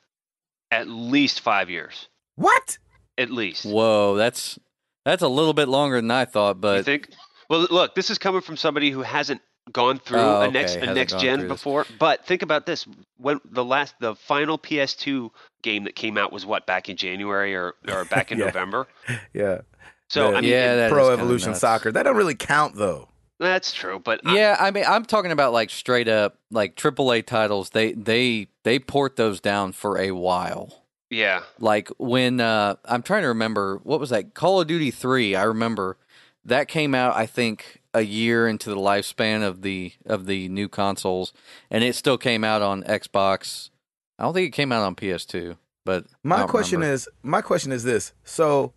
[SPEAKER 3] at least five years.
[SPEAKER 1] what?
[SPEAKER 3] At least.
[SPEAKER 2] Whoa, that's that's a little bit longer than I thought,
[SPEAKER 3] you
[SPEAKER 2] but
[SPEAKER 3] think? Well, look, this is coming from somebody who hasn't gone through
[SPEAKER 2] Oh,
[SPEAKER 3] a next
[SPEAKER 2] okay,
[SPEAKER 3] a
[SPEAKER 2] hasn't
[SPEAKER 3] next
[SPEAKER 2] gone
[SPEAKER 3] gen
[SPEAKER 2] through this.
[SPEAKER 3] before. But think about this: when the last, the final PS2 game that came out was what back in January or or back in
[SPEAKER 1] Yeah.
[SPEAKER 3] November.
[SPEAKER 1] Yeah,
[SPEAKER 3] So
[SPEAKER 1] The-
[SPEAKER 3] I mean,
[SPEAKER 2] Yeah,
[SPEAKER 3] it-
[SPEAKER 2] that is
[SPEAKER 1] Pro
[SPEAKER 2] kinda
[SPEAKER 1] Evolution
[SPEAKER 2] nuts.
[SPEAKER 1] Soccer. That don't really count though.
[SPEAKER 3] that's true. But uh, I-
[SPEAKER 2] yeah, I mean, I'm talking about like straight up like AAA titles. They they they port those down for a while.
[SPEAKER 3] yeah,
[SPEAKER 2] Like when uh I'm trying to remember what was that Call of Duty 3, I remember that came out I think a year into the lifespan of the of the new consoles and it still came out on Xbox. I don't think it came out on PS2, but
[SPEAKER 1] My question is my question is this. So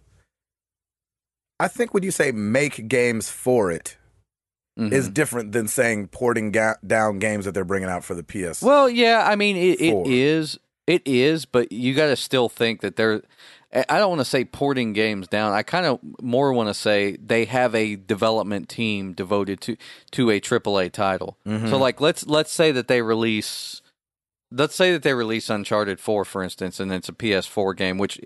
[SPEAKER 1] I think when you say make games for it
[SPEAKER 2] Mm-hmm.
[SPEAKER 1] is different than saying porting ga- down games that they're bringing out for the PS.
[SPEAKER 2] Well, yeah, I mean it,
[SPEAKER 1] Four.
[SPEAKER 2] it is it is, but you got to still think that they're. I I don't want to say porting games down. I kind of more want to say they have a development team devoted to to a AAA title.
[SPEAKER 1] Mhm.
[SPEAKER 2] So like let's let's say that they release let's say that they release Uncharted 4 for instance and it's a PS4 game which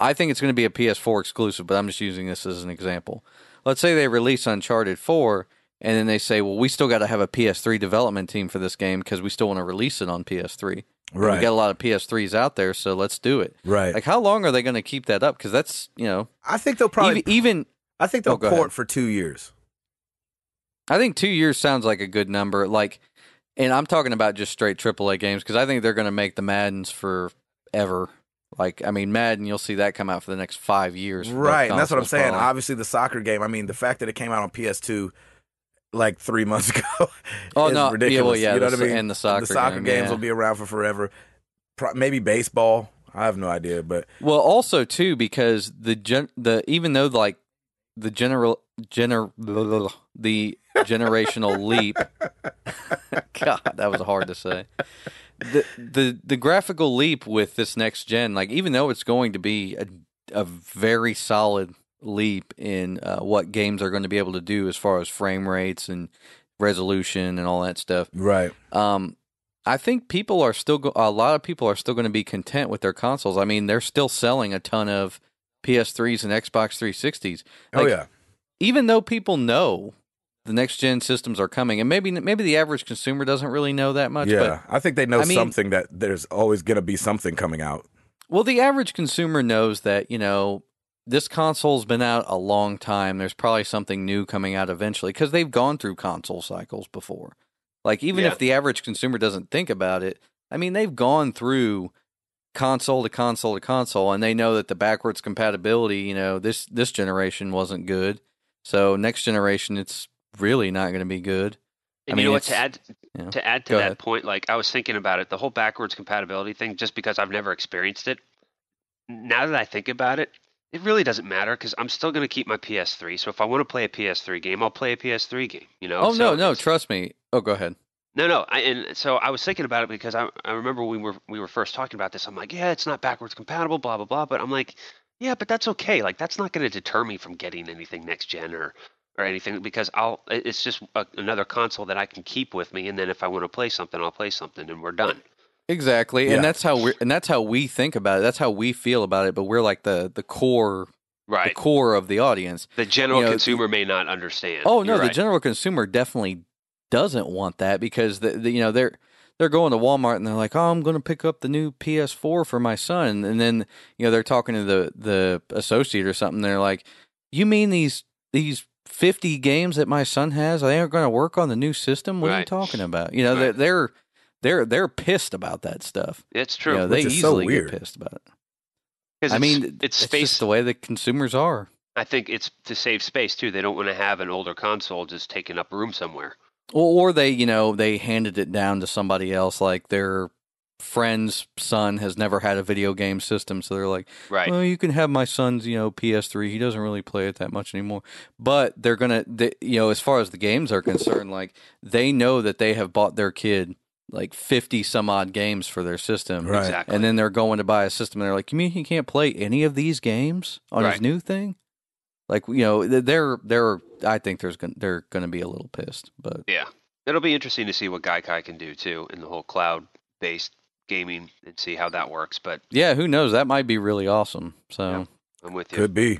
[SPEAKER 2] I think it's going to be a PS4 exclusive, but I'm just using this as an example. Let's say they release Uncharted 4 and then they say, "Well, we still got to have a PS3 development team for this game because we still want to release it on PS3." And
[SPEAKER 1] right.
[SPEAKER 2] We got a lot of PS3s out there, so let's do it.
[SPEAKER 1] right.
[SPEAKER 2] Like how long are they going to keep that up cuz that's, you know,
[SPEAKER 1] I think they'll probably
[SPEAKER 2] even, even
[SPEAKER 1] I think they'll
[SPEAKER 2] Oh, go
[SPEAKER 1] port
[SPEAKER 2] ahead.
[SPEAKER 1] for 2 years.
[SPEAKER 2] I think two years sounds like a good number. Like, and I'm talking about just straight AAA games because I think they're going to make the Maddens forever. Like, I mean, Madden, you'll see that come out for the next five years. for both
[SPEAKER 1] Right. And that's what I'm
[SPEAKER 2] consoles,
[SPEAKER 1] saying.
[SPEAKER 2] probably.
[SPEAKER 1] Obviously the soccer game, I mean the fact that it came out on PS2 like 3 months ago.
[SPEAKER 2] oh
[SPEAKER 1] is
[SPEAKER 2] no,
[SPEAKER 1] ridiculous.
[SPEAKER 2] yeah, well, yeah,
[SPEAKER 1] you know
[SPEAKER 2] the
[SPEAKER 1] what I
[SPEAKER 2] so-
[SPEAKER 1] mean?
[SPEAKER 2] and the soccer,
[SPEAKER 1] the soccer
[SPEAKER 2] game,
[SPEAKER 1] games
[SPEAKER 2] yeah.
[SPEAKER 1] will be around for forever. Pro- maybe baseball. I have no idea, but
[SPEAKER 2] Well, also too because the gen- the even though like the general gener the generational leap. God, that was hard to say. The the the graphical leap with this next gen, like even though it's going to be a a very solid leap in uh, what games are going to be able to do as far as frame rates and resolution and all that stuff
[SPEAKER 1] right.
[SPEAKER 2] um, I think people are still go- a lot of people are still going to be content with their consoles. I mean, they're still selling a ton of PS3s and Xbox 360s.
[SPEAKER 1] oh
[SPEAKER 2] Like,
[SPEAKER 1] yeah.
[SPEAKER 2] Even though people know the next gen systems are coming, and maybe maybe the average consumer doesn't really know that much.
[SPEAKER 1] yeah,
[SPEAKER 2] But
[SPEAKER 1] I think they know
[SPEAKER 2] I mean-
[SPEAKER 1] something that there's always going to be something coming out.
[SPEAKER 2] Well, the average consumer knows that, you know, this console's been out a long time. There's probably something new coming out eventually because they've gone through console cycles before. Like, even
[SPEAKER 3] Yeah.
[SPEAKER 2] if the average consumer doesn't think about it, I mean, they've gone through console to console to console and they know that the backwards compatibility, you know, this this generation wasn't good. So next generation it's really not going to be good.
[SPEAKER 3] And
[SPEAKER 2] I
[SPEAKER 3] you know
[SPEAKER 2] mean,
[SPEAKER 3] what? To add
[SPEAKER 2] yeah.
[SPEAKER 3] to add to
[SPEAKER 2] Go
[SPEAKER 3] that
[SPEAKER 2] ahead.
[SPEAKER 3] point, like I was thinking about it, the whole backwards compatibility thing, just because I've never experienced it. Now that I think about it, it really doesn't matter because I'm still going to keep my PS3. So if I want to play a PS3 game, I'll play a PS3 game. You know?
[SPEAKER 2] Oh
[SPEAKER 3] So
[SPEAKER 2] no, no,
[SPEAKER 3] it's-
[SPEAKER 2] trust me. Oh, go ahead.
[SPEAKER 3] no, no. I, and so I was thinking about it because I, I remember we were we were first talking about this. I'm like, yeah, it's not backwards compatible, blah blah blah. But I'm like, yeah, but that's okay. Like that's not going to deter me from getting anything next gen or or anything because I'll it- it's just a, another console that I can keep with me. And then if I want to play something, I'll play something, and we're done.
[SPEAKER 2] Exactly,
[SPEAKER 1] Yeah.
[SPEAKER 2] and that's how we and that's how we think about it. That's how we feel about it. But we're like the the core the
[SPEAKER 3] Right.
[SPEAKER 2] core of the audience.
[SPEAKER 3] The general
[SPEAKER 2] know, the-
[SPEAKER 3] consumer may not understand.
[SPEAKER 2] Oh no,
[SPEAKER 3] You're
[SPEAKER 2] the
[SPEAKER 3] right.
[SPEAKER 2] general consumer definitely doesn't want that because the, the you know they're they're going to Walmart and they're like, "Oh, I'm going to pick up the new PS4 for my son." And then, you know, they're talking to the the associate or something. They're like, "You mean these these 50 games that my son has, they aren't going to work on the new system? What are you
[SPEAKER 3] Right.
[SPEAKER 2] talking about?" You know,
[SPEAKER 3] Right.
[SPEAKER 2] they're they're they're pissed about that stuff.
[SPEAKER 3] it's
[SPEAKER 2] You
[SPEAKER 3] true.
[SPEAKER 2] know, they
[SPEAKER 1] Which is so
[SPEAKER 2] easily
[SPEAKER 1] weird.
[SPEAKER 2] get pissed about it.
[SPEAKER 3] 'Cause
[SPEAKER 2] I
[SPEAKER 3] it's-
[SPEAKER 2] mean,
[SPEAKER 3] it's
[SPEAKER 2] it's
[SPEAKER 3] space
[SPEAKER 2] just the way the consumers are.
[SPEAKER 3] I think it's to save space too. They don't want to have an older console just taking up room somewhere.
[SPEAKER 2] Or, or they, you know, they handed it down to somebody else, like their friend's son has never had a video game system, so they're like,
[SPEAKER 3] Right.
[SPEAKER 2] "Well, you can have my son's, you know, PS3. He doesn't really play it that much anymore." But they're gonna, they, you know, as far as the games are concerned, like they know that they have bought their kid like fifty some odd games for their system,
[SPEAKER 1] Right.
[SPEAKER 3] Exactly.
[SPEAKER 2] and then they're going to buy a system, and they're like, "You mean he can't play any of these games on
[SPEAKER 3] Right.
[SPEAKER 2] his new thing?" Like you know, th- they're they're. I think there's gonna, they're going to be a little pissed, but
[SPEAKER 3] Yeah. It'll be interesting to see what Gaikai can do too in the whole cloud based gaming and see how that works. But
[SPEAKER 2] Yeah, who knows? That might be really awesome. So,
[SPEAKER 3] I'm with you.
[SPEAKER 1] Could be.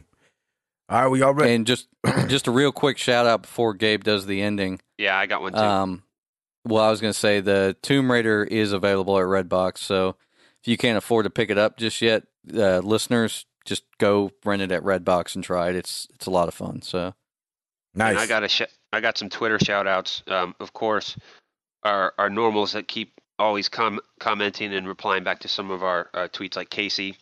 [SPEAKER 1] All right, we all ready?
[SPEAKER 2] and just just a real quick shout out before Gabe does the ending.
[SPEAKER 3] Yeah, I got one too.
[SPEAKER 1] Uh,
[SPEAKER 2] Um, well, I was going to say the Tomb Raider is available at Redbox. So, if you can't afford to pick it up just yet, uh, listeners, just go rent it at Redbox and try it. It's it's a lot of fun. So,
[SPEAKER 1] Nice.
[SPEAKER 3] And I got a sh- I got some Twitter shout outs. Um, of course, our our normals that keep always com- commenting and replying back to some of our uh, tweets, like Casey,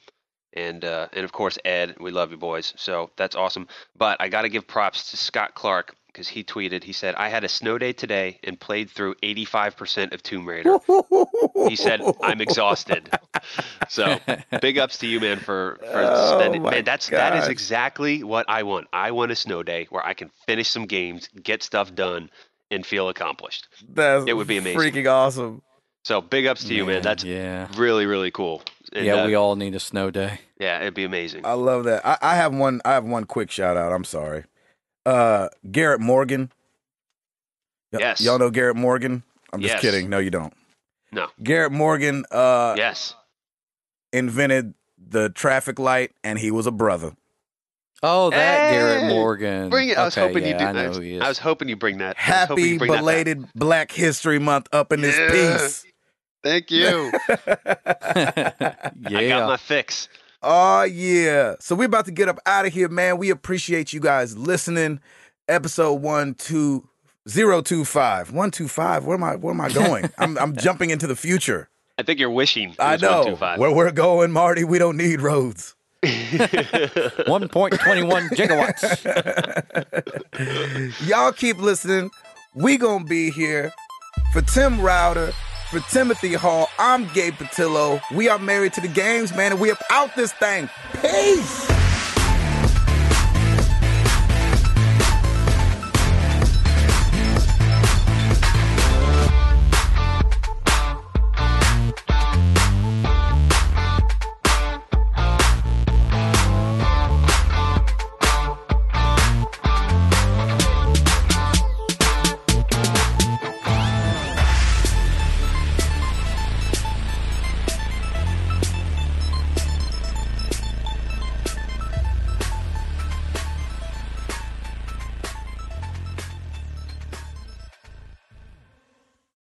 [SPEAKER 3] and uh, and of course Ed. We love you boys, so that's awesome. But I got to give props to Scott Clark because he tweeted. He said, "I had a snow day today and played through 85% of Tomb Raider." He said, "I'm exhausted." So Big ups to you, man, for for
[SPEAKER 1] Oh
[SPEAKER 3] spending.
[SPEAKER 1] my
[SPEAKER 3] Man, that's that is
[SPEAKER 1] God.
[SPEAKER 3] exactly what I want. I want a snow day where I can finish some games, get stuff done, and feel accomplished.
[SPEAKER 1] That's
[SPEAKER 3] It would be amazing.
[SPEAKER 1] Freaking awesome.
[SPEAKER 3] So big ups to you, man. That's
[SPEAKER 2] yeah,
[SPEAKER 3] really really cool. And,
[SPEAKER 2] yeah.
[SPEAKER 3] uh,
[SPEAKER 2] we Uh, all need a snow day.
[SPEAKER 3] yeah, it'd be amazing.
[SPEAKER 1] I love that. I, I have one. I have one quick shout out. I'm sorry. Uh, Garrett Morgan. Y-
[SPEAKER 3] Yes.
[SPEAKER 1] Y'all know Garrett Morgan. I'm just
[SPEAKER 3] Yes.
[SPEAKER 1] kidding. No, you don't.
[SPEAKER 3] No.
[SPEAKER 1] Garrett Morgan uh,
[SPEAKER 3] yes,
[SPEAKER 1] invented the traffic light, and he was a brother.
[SPEAKER 2] Oh, that
[SPEAKER 3] Hey!
[SPEAKER 2] Garrett Morgan.
[SPEAKER 3] bring it. I was
[SPEAKER 2] Okay,
[SPEAKER 3] hoping
[SPEAKER 2] yeah,
[SPEAKER 3] you do.
[SPEAKER 2] I know
[SPEAKER 3] was,
[SPEAKER 2] who he is.
[SPEAKER 3] I was hoping you bring that. I was hoping
[SPEAKER 1] Happy
[SPEAKER 3] you bring that back.
[SPEAKER 1] belated Black History Month up in this
[SPEAKER 3] Yeah.
[SPEAKER 1] piece.
[SPEAKER 3] Thank you.
[SPEAKER 2] yeah.
[SPEAKER 3] I got my fix.
[SPEAKER 1] Oh, yeah. So we're about to get up out of here, man. We appreciate you guys listening. Episode one, two, zero, two, five. One, two, five. Where am I, where am I going? I'm, I'm jumping into the future.
[SPEAKER 3] I think you're wishing. It
[SPEAKER 1] I
[SPEAKER 3] was one, two,
[SPEAKER 1] know.
[SPEAKER 3] five.
[SPEAKER 1] Where we're going, Marty, we don't need roads.
[SPEAKER 2] 1.21 gigawatts.
[SPEAKER 1] Y'all keep listening. We gonna be here for Tim Router, for Timothy Hall. I'm Gabe Patillo. We are married to the games, man, and we up out this thing. Peace.